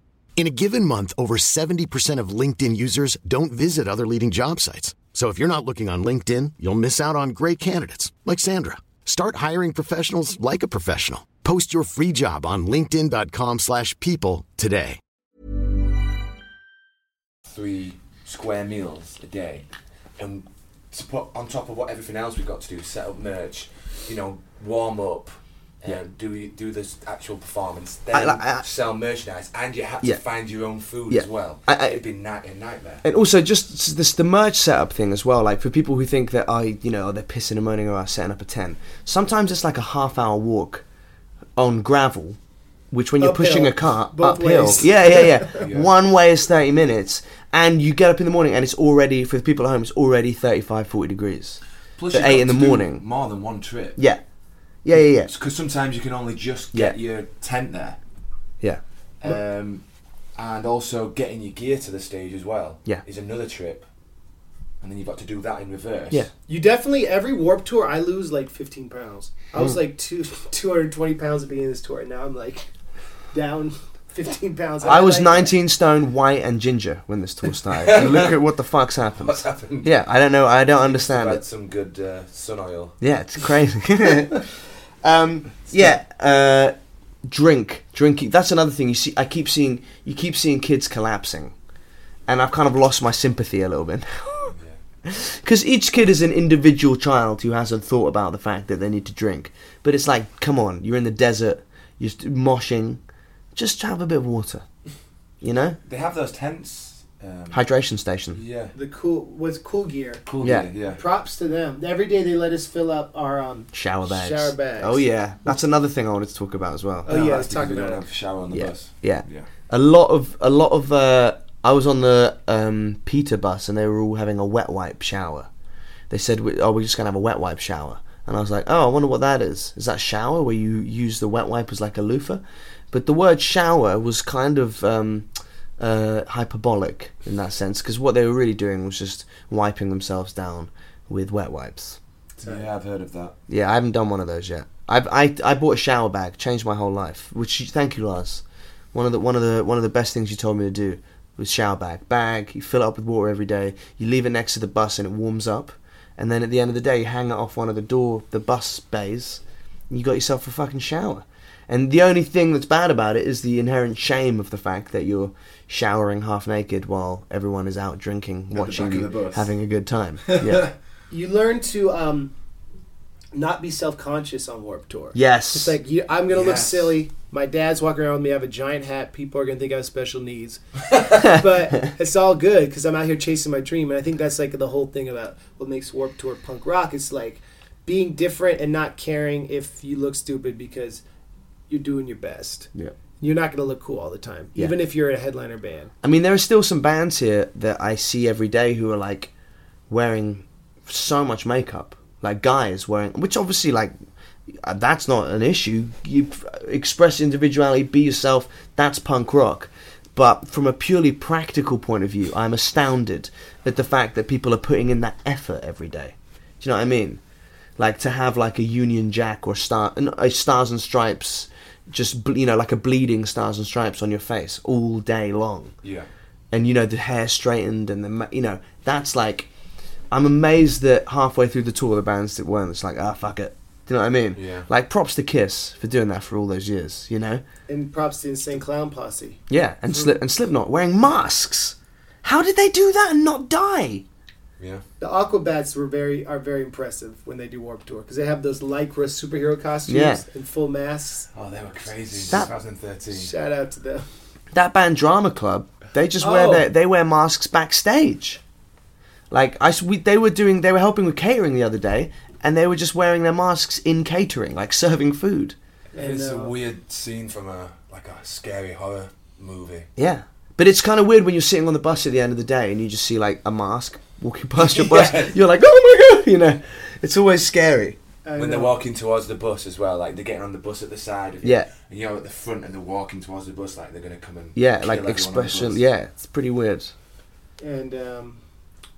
[SPEAKER 4] In a given month, over 70% of LinkedIn users don't visit other leading job sites. So if you're not looking on LinkedIn, you'll miss out on great candidates like Sandra. Start hiring professionals like a professional. Post your free job on linkedin.com/people slash people today.
[SPEAKER 3] three square meals a day, and to put on top of what everything else we've got to do, set up merch, you know, warm up.
[SPEAKER 1] Yeah.
[SPEAKER 3] And do do this actual performance, then
[SPEAKER 1] I- like, I-
[SPEAKER 3] sell merchandise, and you have to
[SPEAKER 1] Yeah.
[SPEAKER 3] find your own food
[SPEAKER 1] Yeah.
[SPEAKER 3] as well.
[SPEAKER 1] I- I-
[SPEAKER 3] It'd be night a nightmare.
[SPEAKER 1] And also, just s- this the merge setup thing as well. Like for people who think that I, you know, they're pissing and moaning about setting up a tent. Sometimes it's like a half hour walk on gravel, which when you're
[SPEAKER 2] Uphill.
[SPEAKER 1] pushing a cart
[SPEAKER 2] Both
[SPEAKER 1] uphill,
[SPEAKER 2] ways.
[SPEAKER 1] yeah, yeah,
[SPEAKER 2] [laughs]
[SPEAKER 1] yeah, One way is thirty minutes, and you get up in the morning and it's already for the people at home. It's already 35, 40 degrees.
[SPEAKER 3] Plus,
[SPEAKER 1] at
[SPEAKER 3] you've got
[SPEAKER 1] eight in the
[SPEAKER 3] to do
[SPEAKER 1] morning.
[SPEAKER 3] more than one trip.
[SPEAKER 1] Yeah, yeah, yeah, yeah,
[SPEAKER 3] because sometimes you can only just
[SPEAKER 1] Yeah.
[SPEAKER 3] get your tent there,
[SPEAKER 1] yeah.
[SPEAKER 3] um, and also getting your gear to the stage as well.
[SPEAKER 1] Yeah.
[SPEAKER 3] is another trip, and then you've got to do that in reverse.
[SPEAKER 1] Yeah.
[SPEAKER 2] You definitely every warp tour I lose like 15 pounds. I
[SPEAKER 1] Hmm.
[SPEAKER 2] was like two [laughs] 220 pounds at the beginning of this tour, and now I'm like [laughs] down [laughs] 15 pounds.
[SPEAKER 1] I was
[SPEAKER 2] like-
[SPEAKER 1] 19 stone, white, and ginger when this tour started. and
[SPEAKER 3] [laughs]
[SPEAKER 1] look at what the fuck's happened.
[SPEAKER 3] What's happened?
[SPEAKER 1] Yeah, I don't know. I don't understand
[SPEAKER 3] I've
[SPEAKER 1] it.
[SPEAKER 3] had some good uh, sun oil.
[SPEAKER 1] Yeah, it's crazy. [laughs] um, yeah, uh, drink, drinking. That's another thing. You see, I keep seeing you keep seeing kids collapsing, and I've kind of lost my sympathy a little bit. [laughs] Because each kid is an individual child who hasn't thought about the fact that they need to drink. But it's like, come on, you're in the desert, you're st- moshing, just have a bit of water, you know?
[SPEAKER 3] They have those tents. Um,
[SPEAKER 1] Hydration station.
[SPEAKER 3] yeah,
[SPEAKER 2] The cool was cool gear.
[SPEAKER 3] cool.
[SPEAKER 1] Yeah.
[SPEAKER 3] Yeah, yeah.
[SPEAKER 2] Props to them. Every day they let us fill up our um.
[SPEAKER 1] Shower bags.
[SPEAKER 2] Shower bags.
[SPEAKER 1] Oh, yeah. That's another thing I wanted to talk about as well.
[SPEAKER 2] Oh yeah,
[SPEAKER 3] that's
[SPEAKER 2] let's
[SPEAKER 3] because
[SPEAKER 2] talk
[SPEAKER 3] we
[SPEAKER 2] about
[SPEAKER 3] don't
[SPEAKER 2] it.
[SPEAKER 3] have a shower on the
[SPEAKER 1] Yeah,
[SPEAKER 3] bus.
[SPEAKER 1] yeah.
[SPEAKER 3] yeah.
[SPEAKER 1] a lot of a lot of uh, I was on the um, Peter bus and they were all having a wet wipe shower. They said, "We- "Oh, we're just gonna have a wet wipe shower," and I was like, "Oh, I wonder what that is. Is that shower where you use the wet wipe as like a loofah?" But the word shower was kind of um, uh, hyperbolic in that sense because what they were really doing was just wiping themselves down with wet wipes.
[SPEAKER 3] Yeah, I've heard of that.
[SPEAKER 1] Yeah, I haven't done one of those yet. I've, I I bought a shower bag, changed my whole life. Which thank you, Lars. One of the one of the one of the best things you told me to do was shower bag. Bag, you fill it up with water every day. You leave it next to the bus and it warms up. And then at the end of the day, you hang it off one of the door the bus bays. And you got yourself a fucking shower. And the only thing that's bad about it is the inherent shame of the fact that you're showering half naked while everyone is out drinking, watching
[SPEAKER 3] back of
[SPEAKER 1] you,
[SPEAKER 3] the bus.
[SPEAKER 1] having a good
[SPEAKER 3] [laughs]
[SPEAKER 1] time. Yeah.
[SPEAKER 2] You learn to um, not be self conscious on warp tour.
[SPEAKER 1] yes.
[SPEAKER 2] It's like you, I'm gonna look
[SPEAKER 3] Yes.
[SPEAKER 2] silly. My dad's walking around with me. I have a giant hat. People are gonna think I have
[SPEAKER 1] [laughs]
[SPEAKER 2] special needs, but it's all good because I'm out here chasing my dream. And I think that's like the whole thing about what makes Warp Tour punk rock. It's like being different and not caring if you look stupid because you're doing your best.
[SPEAKER 1] Yeah.
[SPEAKER 2] You're not gonna look cool all the time,
[SPEAKER 1] Yeah.
[SPEAKER 2] even if you're a headliner band.
[SPEAKER 1] I mean, there are still some bands here that I see every day who are like wearing so much makeup, like guys wearing, which obviously like uh, that's not an issue. You f- express individuality, be yourself. That's punk rock. But from a purely practical point of view, I'm astounded at the fact that people are putting in that effort every day. Do you know what I mean? Like to have like a Union Jack or star, n- a Stars and Stripes, just ble- you know, like a bleeding Stars and Stripes on your face all day long
[SPEAKER 3] Yeah,
[SPEAKER 1] and you know the hair straightened and the ma- you know that's like I'm amazed that halfway through the tour the bands that weren't it's like ah fuck it do you know what I mean
[SPEAKER 3] Yeah.
[SPEAKER 1] like props to Kiss for doing that for all those years you know
[SPEAKER 2] And props to Insane Clown Posse.
[SPEAKER 1] yeah and Slip
[SPEAKER 3] Mm.
[SPEAKER 1] and Slipknot wearing masks how did they do that and not die
[SPEAKER 3] yeah.
[SPEAKER 2] The Aquabats were very are very impressive when they do Warp Tour because they have those lycra superhero costumes
[SPEAKER 1] Yeah.
[SPEAKER 2] and full masks.
[SPEAKER 3] Oh, they were crazy.
[SPEAKER 1] That-
[SPEAKER 3] 2013.
[SPEAKER 2] Shout out to them.
[SPEAKER 1] that band Drama Club, they just wear
[SPEAKER 2] Oh.
[SPEAKER 1] their, they wear masks backstage. Like I, s- we, they were doing, they were helping with catering the other day, and they were just wearing their masks in catering, like serving food.
[SPEAKER 3] It's
[SPEAKER 2] And,
[SPEAKER 3] a
[SPEAKER 2] uh,
[SPEAKER 3] weird scene from a like a scary horror movie.
[SPEAKER 1] Yeah, but it's kind of weird when you're sitting on the bus at the end of the day and you just see like a mask walking [laughs] past your bus.
[SPEAKER 3] [laughs] Yeah.
[SPEAKER 1] You're like, oh my god, you know, it's always scary.
[SPEAKER 3] when they're walking towards the bus as well, like they're getting on the bus at the side of you,
[SPEAKER 1] Yeah.
[SPEAKER 3] and you're at the front and they're walking towards the bus like they're gonna come and
[SPEAKER 1] Yeah,
[SPEAKER 3] kill everyone
[SPEAKER 1] like
[SPEAKER 3] on the
[SPEAKER 1] expression.
[SPEAKER 3] bus.
[SPEAKER 1] Yeah, it's pretty weird,
[SPEAKER 2] And um,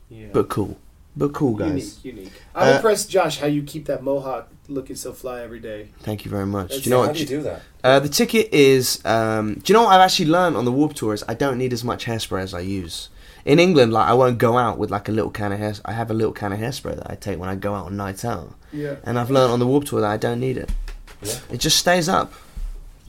[SPEAKER 2] yeah,
[SPEAKER 1] but cool, but cool guys.
[SPEAKER 2] unique, unique. I'm
[SPEAKER 1] Uh,
[SPEAKER 2] impressed, Josh, how you keep that mohawk looking so fly every day.
[SPEAKER 1] Thank you very much.
[SPEAKER 2] That's-
[SPEAKER 1] do you know
[SPEAKER 3] how
[SPEAKER 1] what?
[SPEAKER 3] do you do that?
[SPEAKER 1] Uh, the ticket is. Um, do you know what I've actually learned on the Warp Tour is I don't need as much hairspray as I use. In England, like I won't go out with like a little can of hair. I have a little can of hairspray that I take when I go out on night out,
[SPEAKER 2] Yeah.
[SPEAKER 1] and I've learned on the Warp Tour that I don't need it.
[SPEAKER 3] Yeah.
[SPEAKER 1] It just stays up.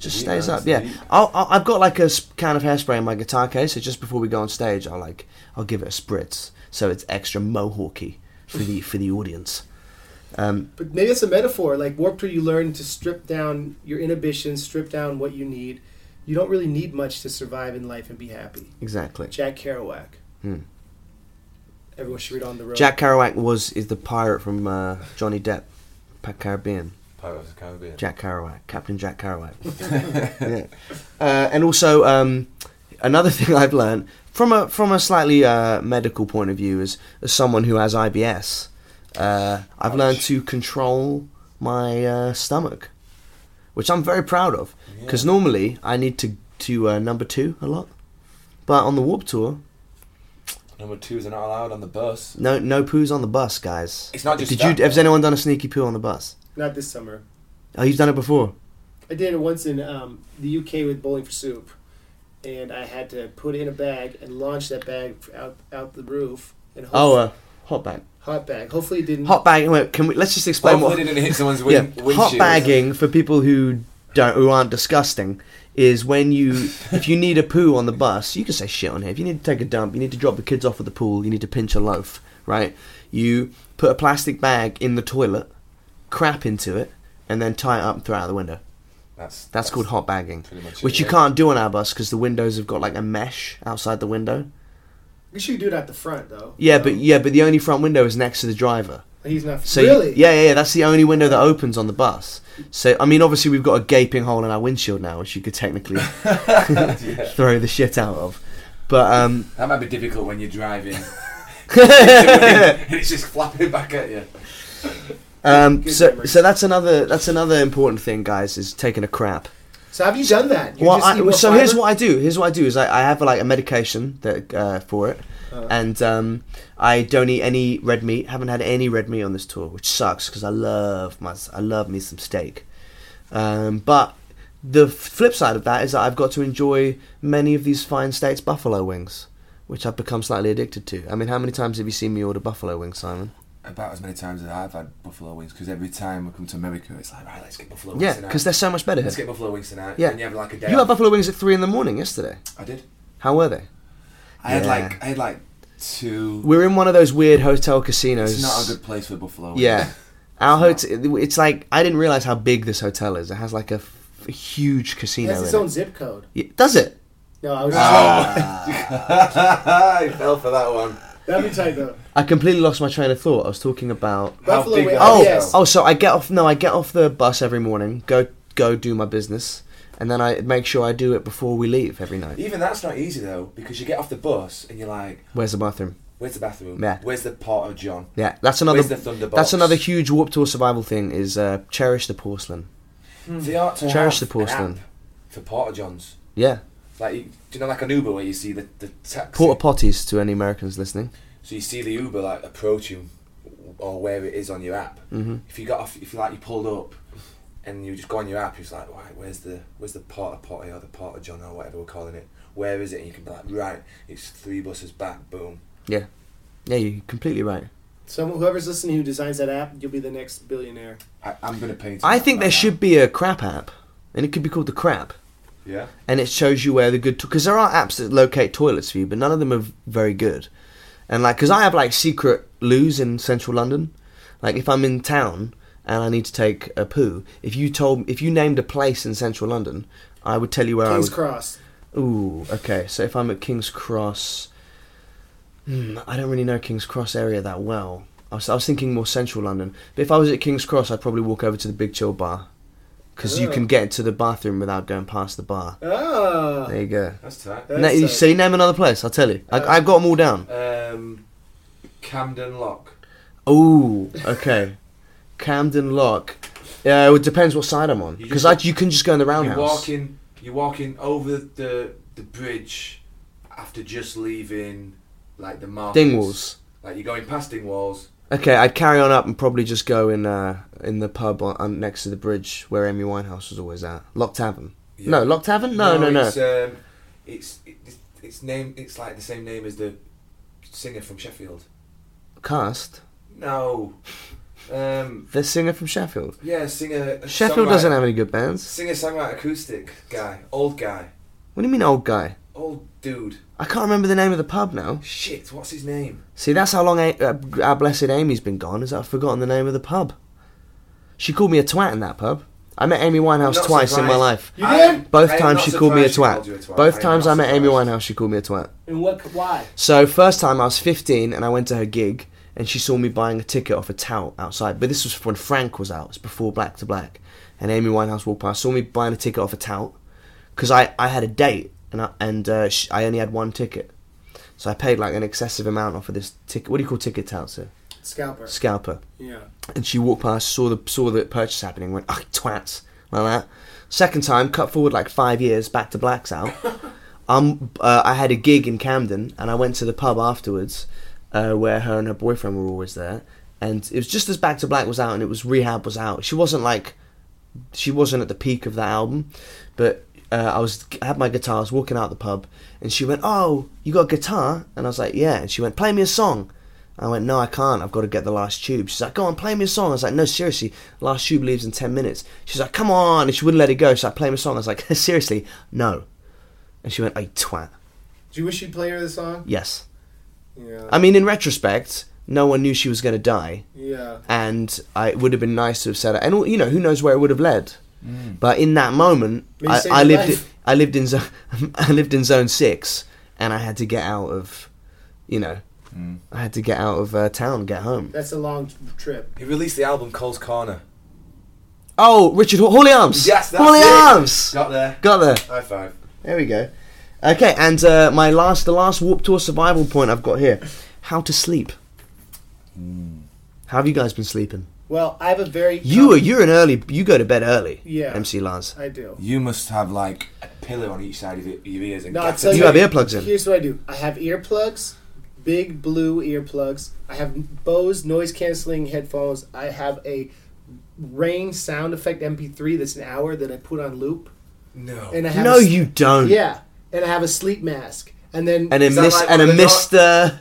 [SPEAKER 1] Just just
[SPEAKER 3] Yeah,
[SPEAKER 1] stays
[SPEAKER 3] that's
[SPEAKER 1] up. Yeah,
[SPEAKER 3] neat.
[SPEAKER 1] I'll, I'll, I've got like a sp- can of hairspray in my guitar case, so just before we go on stage, I'll like I'll give it a spritz, so it's extra mohawky for the for the audience.
[SPEAKER 2] But maybe it's a metaphor. Like Warped Tour, you learn to strip down your inhibitions, strip down what you need. You don't really need much to survive in life and be happy.
[SPEAKER 1] Exactly.
[SPEAKER 2] Jack Kerouac. Everyone should read On the Road.
[SPEAKER 1] Hmm. Jack Kerouac was is the pirate from uh, Johnny Depp, Pa- Caribbean.
[SPEAKER 3] Pirates of the Caribbean.
[SPEAKER 1] Jack Kerouac, Captain Jack Kerouac. yeah. uh, and also, um, another [laughs] thing I've learned from a from a slightly uh, medical point of view is as someone who has IBS, uh, I've learned to control my uh, stomach, which I'm very proud of because normally I need to to uh, number two a lot, but on the Warp Tour,
[SPEAKER 3] Number twos are not allowed on the bus.
[SPEAKER 1] no no poos on the bus, guys.
[SPEAKER 3] It's not just
[SPEAKER 1] Did
[SPEAKER 3] that,
[SPEAKER 1] you? Has
[SPEAKER 3] though.
[SPEAKER 1] anyone done a sneaky poo on the bus?
[SPEAKER 2] Not this summer.
[SPEAKER 1] Oh, you've done it before.
[SPEAKER 2] I did it once in um, the UK with Bowling for Soup, and I had to put it in a bag and launch that bag out out the roof. And
[SPEAKER 1] Oh,
[SPEAKER 2] hopefully-
[SPEAKER 1] uh, hot bag.
[SPEAKER 2] hot bag. Hopefully, it didn't.
[SPEAKER 1] Hot bag. Wait, can we? Let's just explain
[SPEAKER 3] Hopefully,
[SPEAKER 1] what.
[SPEAKER 3] they didn't hit someone's win-
[SPEAKER 1] yeah,
[SPEAKER 3] windshield.
[SPEAKER 1] hot bagging for people who don't who aren't disgusting is when you [laughs] if you need a poo on the bus, you can say shit on here. If you need to take a dump, you need to drop the kids off at the pool, you need to pinch a loaf, right? You put a plastic bag in the toilet, crap into it, and then tie it up and throw it out the window.
[SPEAKER 3] That's,
[SPEAKER 1] That's, called hot bagging,
[SPEAKER 3] pretty much it,
[SPEAKER 1] which you
[SPEAKER 3] yeah.
[SPEAKER 1] can't do on our bus because the windows have got like a mesh outside the window.
[SPEAKER 2] You should do it at the front though.
[SPEAKER 1] Yeah, but yeah, but the only front window is next to the driver.
[SPEAKER 2] he's not.
[SPEAKER 1] So
[SPEAKER 2] really?
[SPEAKER 1] You, yeah, yeah, yeah, that's the only window that opens on the bus. So I mean, obviously we've got a gaping hole in our windshield now, which you could
[SPEAKER 3] [laughs]
[SPEAKER 1] technically [laughs] throw the shit out of. But um,
[SPEAKER 3] That might be difficult when you're [laughs] driving. it's just flapping back at you.
[SPEAKER 1] um, so
[SPEAKER 2] memories.
[SPEAKER 1] so that's another that's another important thing, guys, is taking a crap.
[SPEAKER 2] So have you done that? You
[SPEAKER 1] well,
[SPEAKER 2] just eat
[SPEAKER 1] I,
[SPEAKER 2] more
[SPEAKER 1] so here's
[SPEAKER 2] fiber?
[SPEAKER 1] what I do. Here's what I do is I, I have like a medication that uh, for it,
[SPEAKER 3] Uh-huh.
[SPEAKER 1] and um, I don't eat any red meat. Haven't had any red meat on this tour, which sucks because I love my I love me some steak. Um, but the f- flip side of that is that I've got to enjoy many of these fine states buffalo wings, which I've become slightly addicted to. I mean, how many times have you seen me order buffalo wings, Simon?
[SPEAKER 3] About as many times as I've had buffalo wings, because every time I come to America, it's like, right, let's get buffalo wings
[SPEAKER 1] Yeah,
[SPEAKER 3] tonight.
[SPEAKER 1] because they're so much better.
[SPEAKER 3] Let's
[SPEAKER 1] here.
[SPEAKER 3] get buffalo wings tonight.
[SPEAKER 1] yeah,
[SPEAKER 3] And you have like a day.
[SPEAKER 1] You
[SPEAKER 3] off.
[SPEAKER 1] had buffalo wings at three in the morning yesterday.
[SPEAKER 3] I did.
[SPEAKER 1] How were they?
[SPEAKER 3] I had
[SPEAKER 1] Yeah.
[SPEAKER 3] like I had like two.
[SPEAKER 1] We're in one of those weird hotel casinos.
[SPEAKER 3] it's not a good place for buffalo wings. [laughs]
[SPEAKER 1] Yeah, our hotel. It's like I didn't realize how big this hotel is. It has like a, f- a huge
[SPEAKER 2] It
[SPEAKER 1] casino.
[SPEAKER 2] has its
[SPEAKER 1] in
[SPEAKER 2] own
[SPEAKER 1] it.
[SPEAKER 2] zip code.
[SPEAKER 1] Yeah, Does it?
[SPEAKER 2] No, I was. Just,
[SPEAKER 1] Ah.
[SPEAKER 3] I fell for that one.
[SPEAKER 2] that'd be tight though.
[SPEAKER 1] I completely lost my train of thought. I was talking about.
[SPEAKER 2] Buffalo
[SPEAKER 3] big
[SPEAKER 2] wings.
[SPEAKER 3] is
[SPEAKER 1] Oh,
[SPEAKER 3] it?
[SPEAKER 2] yes.
[SPEAKER 1] oh. So I get off. No, I get off the bus every morning. Go, go do my business, and then I make sure I do it before we leave every night.
[SPEAKER 3] Even that's not easy though, because you get off the bus and you're like,
[SPEAKER 1] Where's the bathroom?
[SPEAKER 3] "Where's the bathroom?
[SPEAKER 1] Yeah.
[SPEAKER 3] Where's the porta john?
[SPEAKER 1] Yeah, that's another.
[SPEAKER 3] Where's the thunder
[SPEAKER 1] that's
[SPEAKER 3] box?
[SPEAKER 1] another huge warp tour survival thing. Is uh, cherish the porcelain.
[SPEAKER 3] They ought to
[SPEAKER 1] Cherish
[SPEAKER 3] have
[SPEAKER 1] the porcelain.
[SPEAKER 3] an app for porta johns.
[SPEAKER 1] Yeah,
[SPEAKER 3] Like, you, do you know, like an Uber where you see the the taxi,
[SPEAKER 1] porta potties to any Americans listening.
[SPEAKER 3] so you see the Uber like approach you, or where it is on your app. Mm-hmm. If you got off, if you like, you pulled up, and you just go on your app, it's like, right, where's the where's the porta potty or the porta john or whatever we're calling it? Where is it? And you can be like, right, it's three buses back. Boom.
[SPEAKER 1] Yeah, yeah, you're completely right.
[SPEAKER 2] Someone, whoever's listening who designs that app, you'll be the next billionaire.
[SPEAKER 3] I, I'm gonna paint.
[SPEAKER 1] I think there should be a crap app, and it could be called the crap,
[SPEAKER 3] Yeah.
[SPEAKER 1] and it shows you where the good because there are apps that locate toilets for you, but none of them are very good. And like, because I have like secret loos in central London, like if I'm in town and I need to take a poo, if you told if you named a place in central London, I would tell you where
[SPEAKER 2] King's
[SPEAKER 1] I would.
[SPEAKER 2] Cross.
[SPEAKER 1] Ooh, okay. So if I'm at King's Cross, hmm, I don't really know King's Cross area that well. I was, I was thinking more central London. But if I was at King's Cross, I'd probably walk over to the Big Chill Bar because
[SPEAKER 3] Oh.
[SPEAKER 1] you can get to the bathroom without going past the bar.
[SPEAKER 2] Ah.
[SPEAKER 1] There you go.
[SPEAKER 3] That's Oh. tight.
[SPEAKER 1] Na-
[SPEAKER 2] so-
[SPEAKER 1] so you name another place. I'll tell you. I, I've got them all down.
[SPEAKER 3] Um, Camden Lock.
[SPEAKER 1] Ooh,
[SPEAKER 3] [laughs]
[SPEAKER 1] okay. Camden Lock. Yeah, it depends what side I'm on
[SPEAKER 3] You
[SPEAKER 1] because
[SPEAKER 3] just-
[SPEAKER 1] you can just go in the
[SPEAKER 3] You're
[SPEAKER 1] roundhouse.
[SPEAKER 3] walking. You're walking over the the bridge after just leaving, like the markets.
[SPEAKER 1] Dingwalls.
[SPEAKER 3] Like you're going past Dingwalls.
[SPEAKER 1] Okay, I'd carry on up and probably just go in uh, in the pub on, on next to the bridge where Amy Winehouse was always at. Lock Tavern.
[SPEAKER 3] Yeah.
[SPEAKER 1] No, Lock Tavern. No, no, no.
[SPEAKER 3] It's, um, it's it's it's name. It's like the same name as the singer from Sheffield.
[SPEAKER 1] Cast.
[SPEAKER 3] No. Um,
[SPEAKER 1] The singer from Sheffield.
[SPEAKER 3] yeah, singer.
[SPEAKER 1] Sheffield
[SPEAKER 3] songwriter-
[SPEAKER 1] doesn't have any good bands.
[SPEAKER 3] Singer, songwriter, acoustic guy, old guy,
[SPEAKER 1] What do you mean, old guy?
[SPEAKER 3] old dude.
[SPEAKER 1] I can't remember the name of the pub now.
[SPEAKER 3] Shit, what's his name?
[SPEAKER 1] See, that's how long A- uh, our blessed Amy's been gone, is that I've forgotten the name of the pub. She called me a twat in that pub. I met Amy Winehouse
[SPEAKER 3] Not
[SPEAKER 1] twice in my
[SPEAKER 3] surprised.
[SPEAKER 1] life.
[SPEAKER 2] You
[SPEAKER 3] I-
[SPEAKER 2] did?
[SPEAKER 1] Both
[SPEAKER 3] I am
[SPEAKER 1] times
[SPEAKER 3] not
[SPEAKER 1] she called me a
[SPEAKER 3] surprised she
[SPEAKER 1] twat.
[SPEAKER 3] called you a twat.
[SPEAKER 1] Both
[SPEAKER 3] I am
[SPEAKER 1] times
[SPEAKER 3] not
[SPEAKER 1] I met Amy
[SPEAKER 3] surprised.
[SPEAKER 1] Winehouse, she called me a twat.
[SPEAKER 2] And what? Why?
[SPEAKER 1] So first time I was 15 and I went to her gig and she saw me buying a ticket off a tout outside. But this was when Frank was out. It's before Black to Black. And Amy Winehouse walked past, saw me buying a ticket off a tout because I, I had a date and I, and uh, sh- I only had one ticket. So I paid like an excessive amount off of this ticket. What do you call ticket touts? here?
[SPEAKER 2] Scalper.
[SPEAKER 1] Scalper.
[SPEAKER 2] yeah.
[SPEAKER 1] And she walked past, saw the saw the purchase happening, went, oh, twats, like that. Second time, cut forward like five years, back to Blacks out. um, uh, I had a gig in Camden, and I went to the pub afterwards, uh, where her and her boyfriend were always there. And it was just as Back to Black was out, and it was Rehab was out. She wasn't like, she wasn't at the peak of that album, but uh, I was I had my guitar. I was walking out the pub, and she went, "Oh, you got a guitar?" And I was like, "Yeah." And she went, "Play me a song." I went, "No, I can't. I've got to get the last tube." She's like, "Go on, play me a song." I was like, "No, seriously. Last tube leaves in ten minutes." She's like, "Come on!" And she wouldn't let it go. So I play me a song. I was like, [laughs] "Seriously, no." And she went, "I twat."
[SPEAKER 2] Do you wish you'd play her the song?
[SPEAKER 1] Yes.
[SPEAKER 2] Yeah.
[SPEAKER 1] I mean, in retrospect, no one knew she was going to die
[SPEAKER 2] yeah.
[SPEAKER 1] and I, it would have been nice to have said it. And you know, who knows where it would have led.
[SPEAKER 3] Mm.
[SPEAKER 1] But in that moment,
[SPEAKER 2] Maybe
[SPEAKER 1] I,
[SPEAKER 2] save
[SPEAKER 1] I
[SPEAKER 2] your
[SPEAKER 1] lived.
[SPEAKER 2] life.
[SPEAKER 1] I lived in zone. [laughs] I lived in zone six, and I had to get out of. You know,
[SPEAKER 3] Mm.
[SPEAKER 1] I had to get out of uh, town, get home.
[SPEAKER 2] That's a long t- trip.
[SPEAKER 3] He released the album Cole's Corner.
[SPEAKER 1] Oh, Richard Haw- Hawley Arms.
[SPEAKER 3] Yes, that's
[SPEAKER 1] Hawley
[SPEAKER 3] it.
[SPEAKER 1] Arms.
[SPEAKER 3] Got there.
[SPEAKER 1] Got there.
[SPEAKER 3] High five.
[SPEAKER 1] There we go. Okay, and uh, my last, the last warp tour survival point I've got here: how to sleep.
[SPEAKER 3] Mm.
[SPEAKER 1] How have you guys been sleeping?
[SPEAKER 2] Well, I have a very.
[SPEAKER 1] You are you're an early. You go to bed early.
[SPEAKER 2] Yeah.
[SPEAKER 1] MC Lars.
[SPEAKER 2] I do.
[SPEAKER 3] You must have like a pillow on each side of your your ears and
[SPEAKER 2] No, I'll
[SPEAKER 3] gaff
[SPEAKER 2] tell
[SPEAKER 3] it.
[SPEAKER 1] You
[SPEAKER 2] you,
[SPEAKER 1] have earplugs in.
[SPEAKER 2] Here's what I do. I have earplugs, big blue earplugs. I have Bose noise canceling headphones. I have a rain sound effect MP3 that's an hour that I put on loop.
[SPEAKER 3] No.
[SPEAKER 2] And I have
[SPEAKER 1] No,
[SPEAKER 2] a s-
[SPEAKER 1] you don't.
[SPEAKER 2] Yeah, and I have a sleep mask. And then
[SPEAKER 1] And a
[SPEAKER 3] that
[SPEAKER 1] miss
[SPEAKER 3] like
[SPEAKER 1] and a
[SPEAKER 3] one of the
[SPEAKER 1] Mister.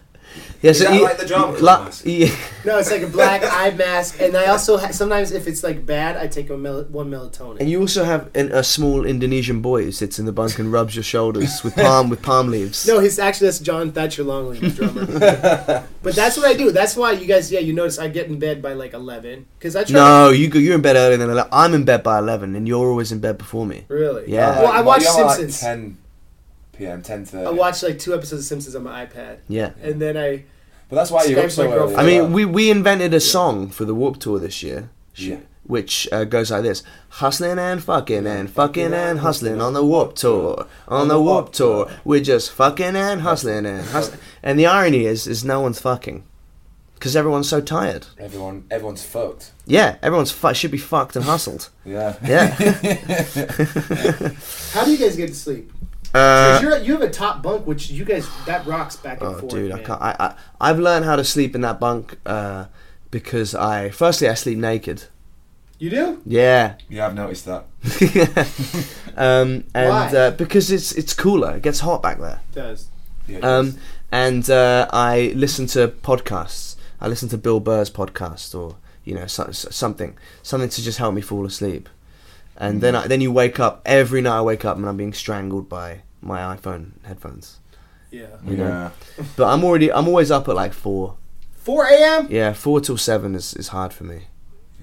[SPEAKER 1] Yes,
[SPEAKER 3] that
[SPEAKER 1] you-
[SPEAKER 3] like the drama
[SPEAKER 1] la-
[SPEAKER 3] class?
[SPEAKER 1] yeah.
[SPEAKER 2] no, it's like a black [laughs] eye mask. And I also ha- sometimes if it's like bad, I take a mel- one melatonin.
[SPEAKER 1] And you also have an, a small Indonesian boy who sits in the bunk and rubs your shoulders with palm with palm leaves.
[SPEAKER 2] No, his actually that's John Thatcher Longley, the drummer.
[SPEAKER 1] [laughs]
[SPEAKER 2] but that's what I do. That's why you guys, yeah, you notice I get in bed by like eleven because I try.
[SPEAKER 1] No, you go, you're in bed earlier than ele- I'm in bed by eleven, and you're always in bed before me.
[SPEAKER 2] to, really.
[SPEAKER 1] Yeah.
[SPEAKER 2] Well, I
[SPEAKER 3] Like,
[SPEAKER 2] watch
[SPEAKER 3] Uh, you know, like,
[SPEAKER 2] Simpsons.
[SPEAKER 3] 10 p.m. 10:30.
[SPEAKER 2] I watched like two episodes of Simpsons on my iPad.
[SPEAKER 1] Yeah.
[SPEAKER 2] And then I,
[SPEAKER 3] But that's why you're up
[SPEAKER 2] Skype's
[SPEAKER 3] so
[SPEAKER 2] my
[SPEAKER 3] early.
[SPEAKER 2] girlfriend.
[SPEAKER 1] I mean, we we invented a song for the Warp Tour this year, sh-
[SPEAKER 3] Yeah.
[SPEAKER 1] which uh, goes like this: hustling and fucking and fucking and hustling on the Warp Tour. On the Warp Tour, we're just fucking and hustling and hustling. And the irony is, is no one's fucking, because everyone's so tired.
[SPEAKER 3] everyone everyone's fucked.
[SPEAKER 1] Yeah, everyone's fu- should be fucked and [laughs] hustled.
[SPEAKER 3] Yeah. [laughs]
[SPEAKER 1] Yeah,
[SPEAKER 2] how do you guys get to sleep?
[SPEAKER 1] Uh,
[SPEAKER 2] 'Cause you're, you have a top bunk, which you guys that rocks back and
[SPEAKER 1] oh,
[SPEAKER 2] forth.
[SPEAKER 1] dude, I
[SPEAKER 2] man.
[SPEAKER 1] can't. I, I I've learned how to sleep in that bunk uh, because I firstly I sleep naked.
[SPEAKER 2] You do?
[SPEAKER 1] Yeah,
[SPEAKER 3] Yeah, I've noticed that.
[SPEAKER 1] um, and
[SPEAKER 2] Why?
[SPEAKER 1] uh, because it's it's cooler. It gets hot back there.
[SPEAKER 2] does.
[SPEAKER 3] Yeah, it
[SPEAKER 1] Um,
[SPEAKER 3] is.
[SPEAKER 1] and uh, I listen to podcasts. I listen to Bill Burr's podcast, or you know, so, so- something, something to just help me fall asleep. And then,
[SPEAKER 3] Mm.
[SPEAKER 1] I, then you wake up every night. I wake up and I'm being strangled by my iPhone headphones.
[SPEAKER 2] Yeah.
[SPEAKER 3] yeah.
[SPEAKER 1] But I'm already, I'm always up at like four.
[SPEAKER 2] Four a.m.
[SPEAKER 1] Yeah, four till seven is, is hard for me.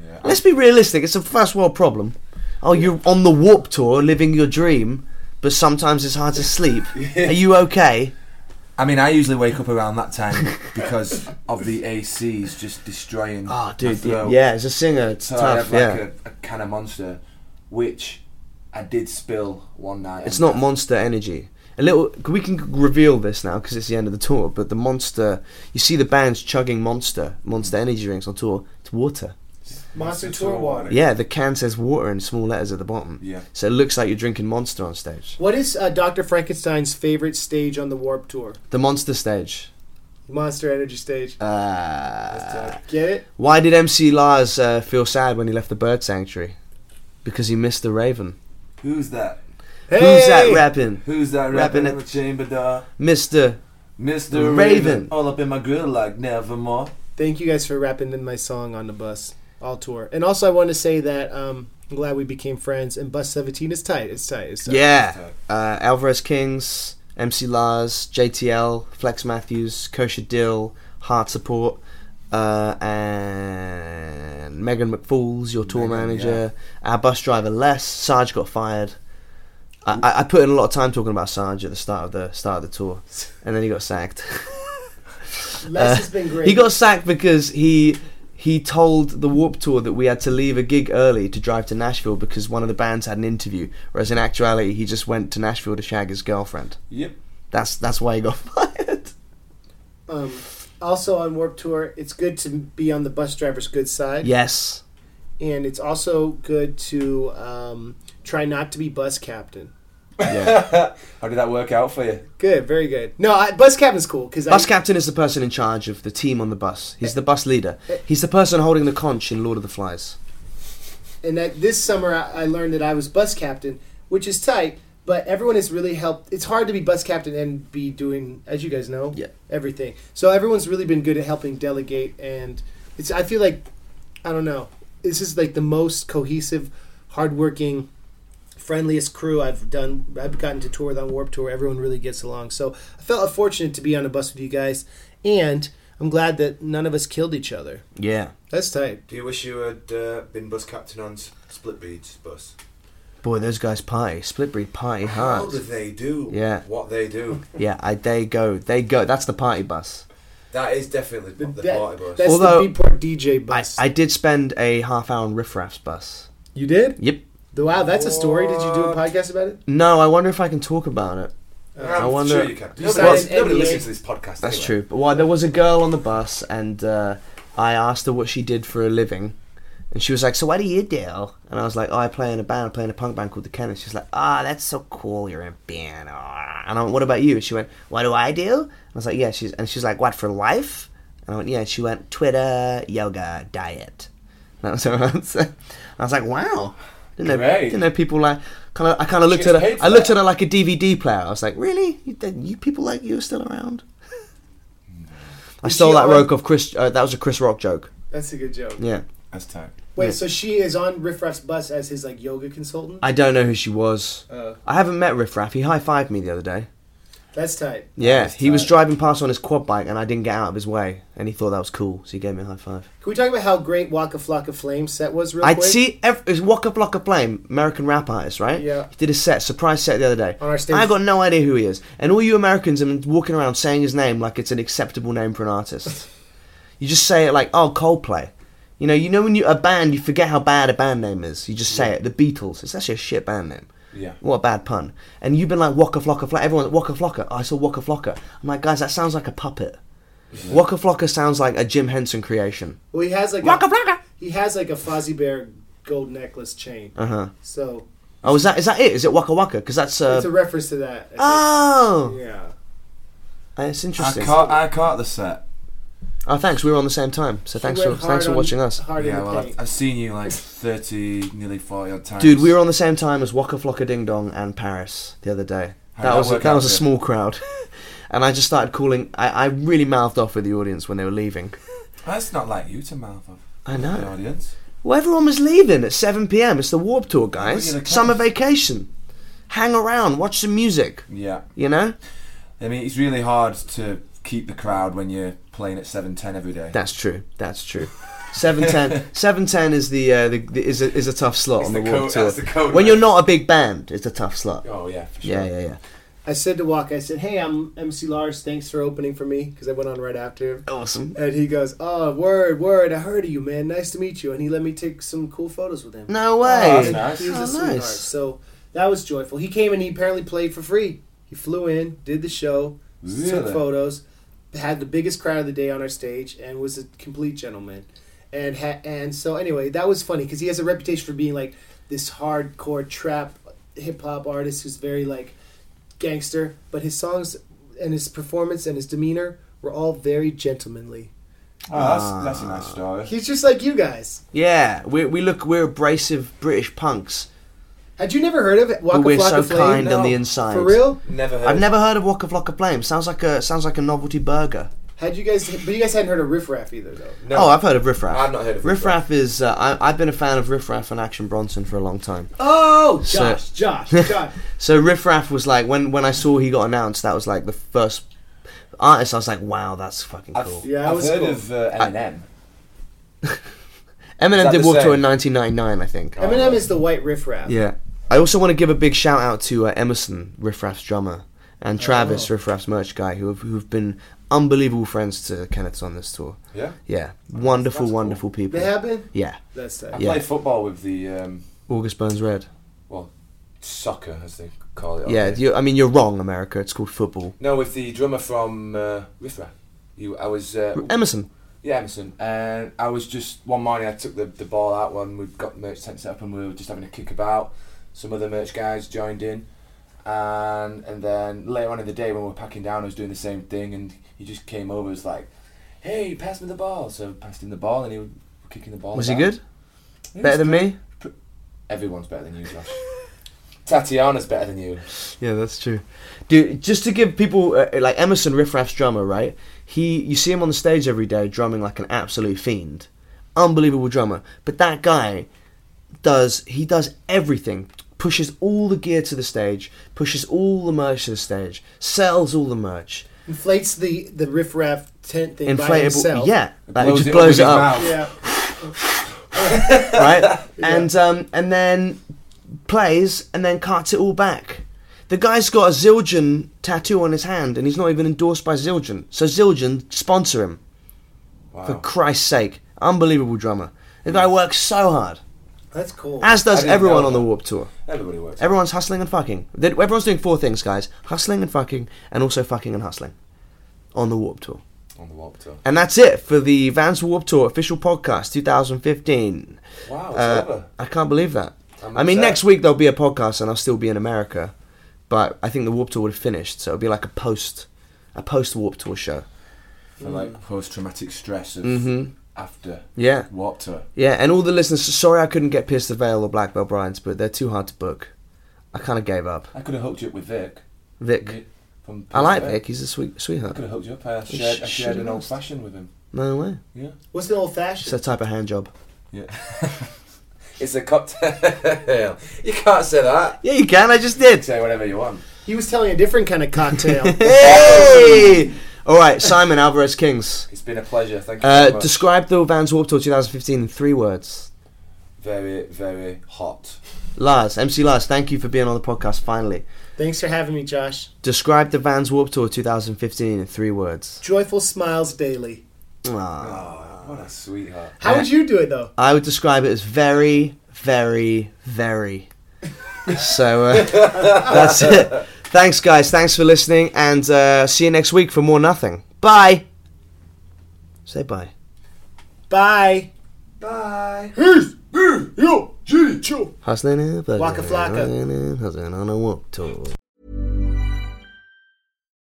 [SPEAKER 3] Yeah.
[SPEAKER 1] Let's be realistic. It's a first world problem. Oh, you're on the warp tour, living your dream, but sometimes it's
[SPEAKER 3] [laughs]
[SPEAKER 1] hard to sleep. Are you okay?
[SPEAKER 3] I mean, I usually wake up around that
[SPEAKER 1] [laughs]
[SPEAKER 3] time because of the ACs just destroying.
[SPEAKER 1] Oh,
[SPEAKER 3] my
[SPEAKER 1] dude. y-
[SPEAKER 3] throat.
[SPEAKER 1] Yeah, as a singer, it's
[SPEAKER 3] So Oh, I
[SPEAKER 1] tough.
[SPEAKER 3] have like
[SPEAKER 1] yeah.
[SPEAKER 3] a, a can of monster, which I did spill one night.
[SPEAKER 1] It's
[SPEAKER 3] and
[SPEAKER 1] not Monster Energy. A little. We can reveal this now because it's the end of the tour. But the Monster, you see the bands chugging Monster, Monster Energy drinks on tour. It's water.
[SPEAKER 2] Monster Tour Water.
[SPEAKER 1] Yeah, the can says water in small letters at the bottom.
[SPEAKER 3] Yeah.
[SPEAKER 1] So it looks like you're drinking Monster on stage.
[SPEAKER 2] What is uh, Doctor Frankenstein's favorite stage on the Warp Tour?
[SPEAKER 1] The Monster stage.
[SPEAKER 2] Monster Energy stage.
[SPEAKER 1] Uh,
[SPEAKER 2] Get it?
[SPEAKER 1] why did MC Lars uh, feel sad when he left the Bird Sanctuary? Because he missed the Raven.
[SPEAKER 3] Who's that?
[SPEAKER 1] Who's that
[SPEAKER 2] Hey!
[SPEAKER 1] rapping?
[SPEAKER 3] Who's that
[SPEAKER 1] Rapping
[SPEAKER 3] rapping
[SPEAKER 1] it.
[SPEAKER 3] at the chamber door?
[SPEAKER 1] Mr.
[SPEAKER 3] Mr.
[SPEAKER 1] The
[SPEAKER 3] Raven.
[SPEAKER 1] Raven.
[SPEAKER 3] All up in my grill like nevermore.
[SPEAKER 2] Thank you guys for rapping in my song on the bus all tour. And also, I want to say that um, I'm glad we became friends. And Bus 17 is tight. It's tight. It's tight.
[SPEAKER 1] yeah. Uh, Alvarez Kings, MC Lars, JTL, Flex Matthews, Kosher Dill, Hard Support, uh, and Megan McFools, your tour manager. Our bus driver Les. Sarge got fired. I, I- I put in a lot of time talking about Sarge at the start of the start of the tour, and then he got sacked.
[SPEAKER 2] Les has been great.
[SPEAKER 1] Uh, He got sacked because he he told the Warp Tour that we had to leave a gig early to drive to Nashville because one of the bands had an interview, whereas in actuality he just went to Nashville to shag his girlfriend.
[SPEAKER 3] Yep.
[SPEAKER 1] That's that's why he got [laughs] fired.
[SPEAKER 2] um, also on Warp Tour. It's good to be on the bus driver's good side.
[SPEAKER 1] Yes.
[SPEAKER 2] And it's also good to um, try not to be bus captain.
[SPEAKER 3] How did that work out for you?
[SPEAKER 2] Good, very good. No, I, bus captain's cool because
[SPEAKER 1] Bus
[SPEAKER 2] I,
[SPEAKER 1] captain is the person in charge of the team on the bus. He's the bus leader. He's the person holding the conch in Lord of the Flies.
[SPEAKER 2] and that this summer I, I learned that I was bus captain, which is tight. But everyone has really helped. It's hard to be bus captain and be doing, as you guys know,
[SPEAKER 1] Yeah.
[SPEAKER 2] everything. So everyone's really been good at helping delegate, and it's. I feel like, I don't know. This is like the most cohesive, hardworking, friendliest crew I've done. I've gotten to tour with on Warp Tour. Everyone really gets along. So I felt fortunate to be on a bus with you guys, and I'm glad that none of us killed each other.
[SPEAKER 1] Yeah.
[SPEAKER 2] That's tight.
[SPEAKER 5] Do you wish you had uh, been bus captain on S- Split Beads bus?
[SPEAKER 1] Boy, those guys party. Split breed party
[SPEAKER 5] How
[SPEAKER 1] hard.
[SPEAKER 5] do they do?
[SPEAKER 1] Yeah.
[SPEAKER 5] What they do?
[SPEAKER 1] Yeah, I, they go. They go. That's the party bus.
[SPEAKER 5] That is definitely the,
[SPEAKER 2] That-
[SPEAKER 5] party bus.
[SPEAKER 2] that's
[SPEAKER 1] Although-
[SPEAKER 2] the Beatport DJ
[SPEAKER 1] I,
[SPEAKER 2] bus.
[SPEAKER 1] I did spend a half hour on Riff Raff's bus.
[SPEAKER 2] You did?
[SPEAKER 1] Yep.
[SPEAKER 2] Wow, that's a story. Did you do a podcast about it?
[SPEAKER 1] No, I wonder if I can talk about it.
[SPEAKER 5] I'm
[SPEAKER 1] I wonder-
[SPEAKER 5] sure you can.
[SPEAKER 2] You
[SPEAKER 5] Nobody,
[SPEAKER 2] signed
[SPEAKER 5] listens-
[SPEAKER 2] an
[SPEAKER 5] nobody
[SPEAKER 2] NDA.
[SPEAKER 5] listens to this podcast.
[SPEAKER 1] That's
[SPEAKER 5] anyway.
[SPEAKER 1] true. But well, there was a girl on the bus, and uh, I asked her what she did for a living, and she was like, "So what do you do?" And I was like, "Oh, I play in a band. I play in a punk band called the Kennets." She's like, "Ah, that's so cool. You're in a band." Ah." And I went, "What about you?" And she went, "What do I do?" And I was like, "Yeah." She's and she's like, "What for life?" And I went, "Yeah." And she went, "Twitter, yoga, diet." [laughs] And that was her answer. I was like, "Wow." Didn't know,
[SPEAKER 3] Great.
[SPEAKER 1] didn't know people like kind of. I kind of looked
[SPEAKER 3] gets
[SPEAKER 1] at her.
[SPEAKER 3] paid for
[SPEAKER 1] I looked
[SPEAKER 3] that.
[SPEAKER 1] at her like a DVD player. I was like, "Really? You, you people like you are still around?" I stole
[SPEAKER 2] she
[SPEAKER 1] that
[SPEAKER 2] on-
[SPEAKER 1] roke off Chris. Uh, that was a Chris Rock joke.
[SPEAKER 2] That's a good joke.
[SPEAKER 1] Yeah,
[SPEAKER 3] That's tight.
[SPEAKER 2] Wait, so she is on Riff Raff's bus as his like yoga consultant?
[SPEAKER 1] I don't know who she was.
[SPEAKER 2] Oh.
[SPEAKER 1] I haven't met Riff Raff. He high fived me the other day.
[SPEAKER 2] That's tight.
[SPEAKER 1] Yeah, he was driving past on his quad bike, and I didn't get out of his way, and he thought that was cool, so he gave me a high five.
[SPEAKER 2] Can we talk about how great Waka Flocka Flame set was real
[SPEAKER 1] I'd
[SPEAKER 2] quick?
[SPEAKER 1] see ev- it was Waka Flocka Flame, American rap artist, right?
[SPEAKER 2] Yeah.
[SPEAKER 1] He did a set, surprise set the other day.
[SPEAKER 2] On our stage.
[SPEAKER 1] I got no idea who he is, and all you Americans are walking around saying his name like it's an acceptable name for an
[SPEAKER 2] [laughs]
[SPEAKER 1] artist. you just say it like, oh, Coldplay. You know, you know when you a band, you forget how bad a band name is. You just say it. The Beatles. It's actually a shit band name.
[SPEAKER 3] Yeah.
[SPEAKER 1] What a bad pun. And you've been like Waka Flocka Flocka. Everyone's like, Waka Flocka. Oh, I saw Waka Flocka. I'm like, guys, that sounds like a puppet. Waka Flocka sounds like a Jim Henson creation.
[SPEAKER 2] Well, he has like
[SPEAKER 1] Waka
[SPEAKER 2] a,
[SPEAKER 1] Flocka.
[SPEAKER 2] He has like a Fozzie Bear gold necklace chain. Uh huh. So
[SPEAKER 1] Oh, is that is that it? Is it Waka Waka? Because that's Uh-huh. uh,
[SPEAKER 2] it's a reference to that. I think.
[SPEAKER 1] Oh,
[SPEAKER 2] yeah.
[SPEAKER 1] it's
[SPEAKER 3] I
[SPEAKER 1] interesting.
[SPEAKER 3] caught, I caught the set.
[SPEAKER 1] Oh, thanks. We were on the same time, so thanks
[SPEAKER 2] He
[SPEAKER 1] for
[SPEAKER 2] went hard
[SPEAKER 1] thanks for
[SPEAKER 2] on-
[SPEAKER 1] watching us,
[SPEAKER 2] Hard
[SPEAKER 3] Yeah,
[SPEAKER 2] in the
[SPEAKER 3] well, I've,
[SPEAKER 2] paint.
[SPEAKER 3] I've seen you like 30, nearly 40 odd times.
[SPEAKER 1] dude. We were on the same time as Waka Flocka Ding Dong and Paris the other day.
[SPEAKER 3] How did
[SPEAKER 1] That
[SPEAKER 3] that
[SPEAKER 1] was a,
[SPEAKER 3] work
[SPEAKER 1] that
[SPEAKER 3] out
[SPEAKER 1] was a
[SPEAKER 3] for you?
[SPEAKER 1] small crowd, [laughs] and I just started calling. I, I really mouthed off with the audience when they were leaving.
[SPEAKER 3] That's not like you to mouth of.
[SPEAKER 1] I know.
[SPEAKER 3] The audience.
[SPEAKER 1] Well, everyone was leaving at 7 p.m. It's the Warp Tour, guys.
[SPEAKER 3] you're the
[SPEAKER 1] Summer
[SPEAKER 3] case.
[SPEAKER 1] vacation. Hang around, watch some music.
[SPEAKER 3] Yeah.
[SPEAKER 1] You know,
[SPEAKER 3] I mean, it's really hard to keep the crowd when you're playing at 7.10 every day.
[SPEAKER 1] that's true. That's
[SPEAKER 3] [laughs]
[SPEAKER 1] true. 710 710 is the, uh, the, the is a, is a tough slot on the,
[SPEAKER 3] the
[SPEAKER 1] Warp
[SPEAKER 3] code-
[SPEAKER 1] Tour.
[SPEAKER 3] that's the code,
[SPEAKER 1] when
[SPEAKER 3] right?
[SPEAKER 1] you're not a big band, it's a tough slot.
[SPEAKER 3] oh, yeah, for sure.
[SPEAKER 1] Yeah, yeah, yeah.
[SPEAKER 2] I said to Waka, I said, "Hey, I'm MC Lars. Thanks for opening for me because I went on right after." him.
[SPEAKER 1] Awesome.
[SPEAKER 2] And he goes, "Oh, word, word! I heard of you, man. Nice to meet you." And he let me take some cool photos with him.
[SPEAKER 1] No way.
[SPEAKER 3] Oh, that's nice.
[SPEAKER 2] He was
[SPEAKER 1] Oh,
[SPEAKER 2] a sweetheart.
[SPEAKER 1] nice.
[SPEAKER 2] So that was joyful. He came and he apparently played for free. He flew in, did the show, took
[SPEAKER 3] Really?
[SPEAKER 2] photos, had the biggest crowd of the day on our stage, and was a complete gentleman. And ha- and so anyway, that was funny because he has a reputation for being like this hardcore trap hip hop artist who's very like gangster, but his songs and his performance and his demeanor were all very gentlemanly.
[SPEAKER 3] Oh, that's, that's a nice story.
[SPEAKER 2] He's just like you guys.
[SPEAKER 1] Yeah, we we look we're abrasive British punks,
[SPEAKER 2] Had you never heard of it? Waka
[SPEAKER 1] but we're so
[SPEAKER 2] Flocka Flame?
[SPEAKER 1] kind on
[SPEAKER 2] No.
[SPEAKER 1] the inside.
[SPEAKER 2] For real?
[SPEAKER 5] Never heard.
[SPEAKER 1] I've never heard of Waka Flocka Flame. Sounds like a sounds like a novelty burger.
[SPEAKER 2] Had you guys? But you guys hadn't heard of Riff Raff either, though.
[SPEAKER 5] No,
[SPEAKER 1] oh, I've heard of Riff Raff.
[SPEAKER 5] I've not heard of Riff
[SPEAKER 1] Riff Raff. Is uh, I, I've been a fan of Riff Raff and Action Bronson for a long time.
[SPEAKER 2] Oh,
[SPEAKER 1] So-
[SPEAKER 2] Josh,
[SPEAKER 1] [laughs]
[SPEAKER 2] Josh, Josh.
[SPEAKER 1] So Riff Raff was like when when I saw he got announced, that was like the first artist. I was like, wow, that's fucking
[SPEAKER 3] I've,
[SPEAKER 1] cool.
[SPEAKER 2] Yeah, that
[SPEAKER 3] I've
[SPEAKER 2] was
[SPEAKER 3] heard
[SPEAKER 2] cool.
[SPEAKER 3] of uh, Eminem. Is
[SPEAKER 1] Eminem
[SPEAKER 3] that
[SPEAKER 1] did
[SPEAKER 3] the
[SPEAKER 1] Warped Tour
[SPEAKER 3] same?
[SPEAKER 1] in 1999, I think.
[SPEAKER 2] Eminem is the white Riff Raff.
[SPEAKER 1] Yeah. I also want to give a big shout out to uh, Emerson, Riff Raff's drummer,
[SPEAKER 3] Oh.
[SPEAKER 1] and Travis, Riff Raff's merch guy, who have, who've been unbelievable friends to Kenneth's on this tour.
[SPEAKER 3] yeah.
[SPEAKER 1] Yeah. Wonderful,
[SPEAKER 3] that's cool.
[SPEAKER 1] wonderful people.
[SPEAKER 2] They have been.
[SPEAKER 1] Yeah.
[SPEAKER 2] That's
[SPEAKER 3] I
[SPEAKER 2] that.
[SPEAKER 1] Yeah.
[SPEAKER 3] played football with the um,
[SPEAKER 1] August Burns Red.
[SPEAKER 3] well, soccer as they call it.
[SPEAKER 1] Yeah,
[SPEAKER 3] aren't they?
[SPEAKER 1] you, I mean, you're wrong, America. It's called football.
[SPEAKER 3] no, with the drummer from uh, Riff Raff. You, I was uh,
[SPEAKER 1] Emerson.
[SPEAKER 3] yeah, Emerson, and I was just one morning I took the, the ball out when we'd got the merch tent set up and we were just having a kick about. Some other merch guys joined in, and and then later on in the day when we were packing down, I was doing the same thing, and he just came over, was like, "Hey, pass me the ball." So I passed him the ball, and he was kicking the ball.
[SPEAKER 1] Was he
[SPEAKER 3] about.
[SPEAKER 1] good? Better than me?
[SPEAKER 3] Everyone's better than you, Josh. [laughs] Tatiana's better than you.
[SPEAKER 1] Yeah, that's true. Dude, just to give people uh, like Emerson Riff Raff's drummer, right? He you see him on the stage every day drumming like an absolute fiend. Unbelievable drummer. But that guy does he does everything. Pushes all the gear to the stage, pushes all the merch to the stage, sells all the merch.
[SPEAKER 2] Inflates the the Riff Raff tent thing by
[SPEAKER 1] Inflatable
[SPEAKER 2] himself.
[SPEAKER 1] Yeah. Like, it
[SPEAKER 3] Blows
[SPEAKER 1] just
[SPEAKER 3] it up
[SPEAKER 1] blows it
[SPEAKER 3] with his
[SPEAKER 1] up.
[SPEAKER 3] mouth.
[SPEAKER 2] Yeah.
[SPEAKER 1] [laughs] right? And um, and then plays and then cuts it all back. The guy's got a Zildjian tattoo on his hand, and he's not even endorsed by Zildjian. So Zildjian sponsor him for
[SPEAKER 3] Wow.
[SPEAKER 1] Christ's sake! Unbelievable drummer. The guy works so hard,
[SPEAKER 2] That's cool.
[SPEAKER 1] as
[SPEAKER 3] I
[SPEAKER 1] does
[SPEAKER 3] didn't
[SPEAKER 1] everyone
[SPEAKER 3] know
[SPEAKER 1] on the
[SPEAKER 3] that.
[SPEAKER 1] Warp Tour.
[SPEAKER 3] Everybody works.
[SPEAKER 1] Everyone's hustling and fucking. They- Everyone's doing four things, guys: hustling and fucking, and also fucking and hustling on the Warp Tour.
[SPEAKER 3] on the Warped Tour.
[SPEAKER 1] And that's it for the Vans Warp Tour official podcast 2015.
[SPEAKER 3] Wow, it's
[SPEAKER 1] Uh,
[SPEAKER 3] over.
[SPEAKER 1] I can't believe that.
[SPEAKER 3] I'm
[SPEAKER 1] i mean,
[SPEAKER 3] upset.
[SPEAKER 1] next week there'll be a podcast, and I'll still be in America. But I think the Warp Tour would have finished, so it'll be like a post, a post Warp Tour show.
[SPEAKER 3] For like post traumatic stress of after
[SPEAKER 1] Mm-hmm. Yeah.
[SPEAKER 3] Warped Tour.
[SPEAKER 1] Yeah, and all the listeners. Sorry, I couldn't get Pierce the Veil or Black Belt Brides, but they're too hard to book. I kind of gave up.
[SPEAKER 3] I could have hooked you up with Vic.
[SPEAKER 1] Vic,
[SPEAKER 3] From
[SPEAKER 1] I like Vic. He's a sweet
[SPEAKER 3] I could
[SPEAKER 1] sweetheart.
[SPEAKER 3] have hooked you up. I
[SPEAKER 1] You
[SPEAKER 3] shared, I
[SPEAKER 1] sh-
[SPEAKER 3] shared
[SPEAKER 1] should've
[SPEAKER 3] an old
[SPEAKER 1] asked.
[SPEAKER 3] fashioned with him.
[SPEAKER 1] No way.
[SPEAKER 3] Yeah.
[SPEAKER 2] What's an old
[SPEAKER 1] It's a
[SPEAKER 2] fashioned?
[SPEAKER 1] type of hand job.
[SPEAKER 3] Yeah. it's a cocktail. [laughs] you can't say that.
[SPEAKER 1] Yeah, you can. I just did.
[SPEAKER 3] Say whatever you want.
[SPEAKER 2] he was telling a different kind
[SPEAKER 1] [laughs]
[SPEAKER 2] of cocktail.
[SPEAKER 1] Hey! All right, Simon Alvarez Kings.
[SPEAKER 3] It's been a pleasure. Thank you.
[SPEAKER 1] Uh,
[SPEAKER 3] so much.
[SPEAKER 1] describe the Vans Warp Tour 2015 in three words.
[SPEAKER 3] very, very hot.
[SPEAKER 1] Lars, MC Lars, thank you for being on the podcast finally.
[SPEAKER 2] Thanks for having me, Josh.
[SPEAKER 1] Describe the Vans Warp Tour 2015 in three words.
[SPEAKER 2] Joyful smiles daily.
[SPEAKER 1] Aw.
[SPEAKER 3] What a sweetheart.
[SPEAKER 2] How would you do it though?
[SPEAKER 1] I would describe it as very, very,
[SPEAKER 3] [laughs]
[SPEAKER 1] very. so uh, that's it. Thanks, guys. Thanks for listening, and uh, see you next week for more nothing. Bye. Say bye.
[SPEAKER 2] Bye.
[SPEAKER 3] Bye.
[SPEAKER 2] Yo, G, chill.
[SPEAKER 1] Hustling and buzzing,
[SPEAKER 2] Waka flocka.
[SPEAKER 1] hustling and hustling on a warp tour.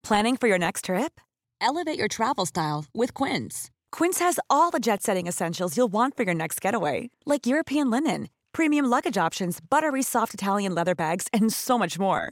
[SPEAKER 6] Planning for your next trip?
[SPEAKER 7] Elevate your travel style with Quince.
[SPEAKER 6] Quince has all the jet setting essentials you'll want for your next getaway, like European linen, premium luggage options, buttery soft Italian leather bags, and so much more.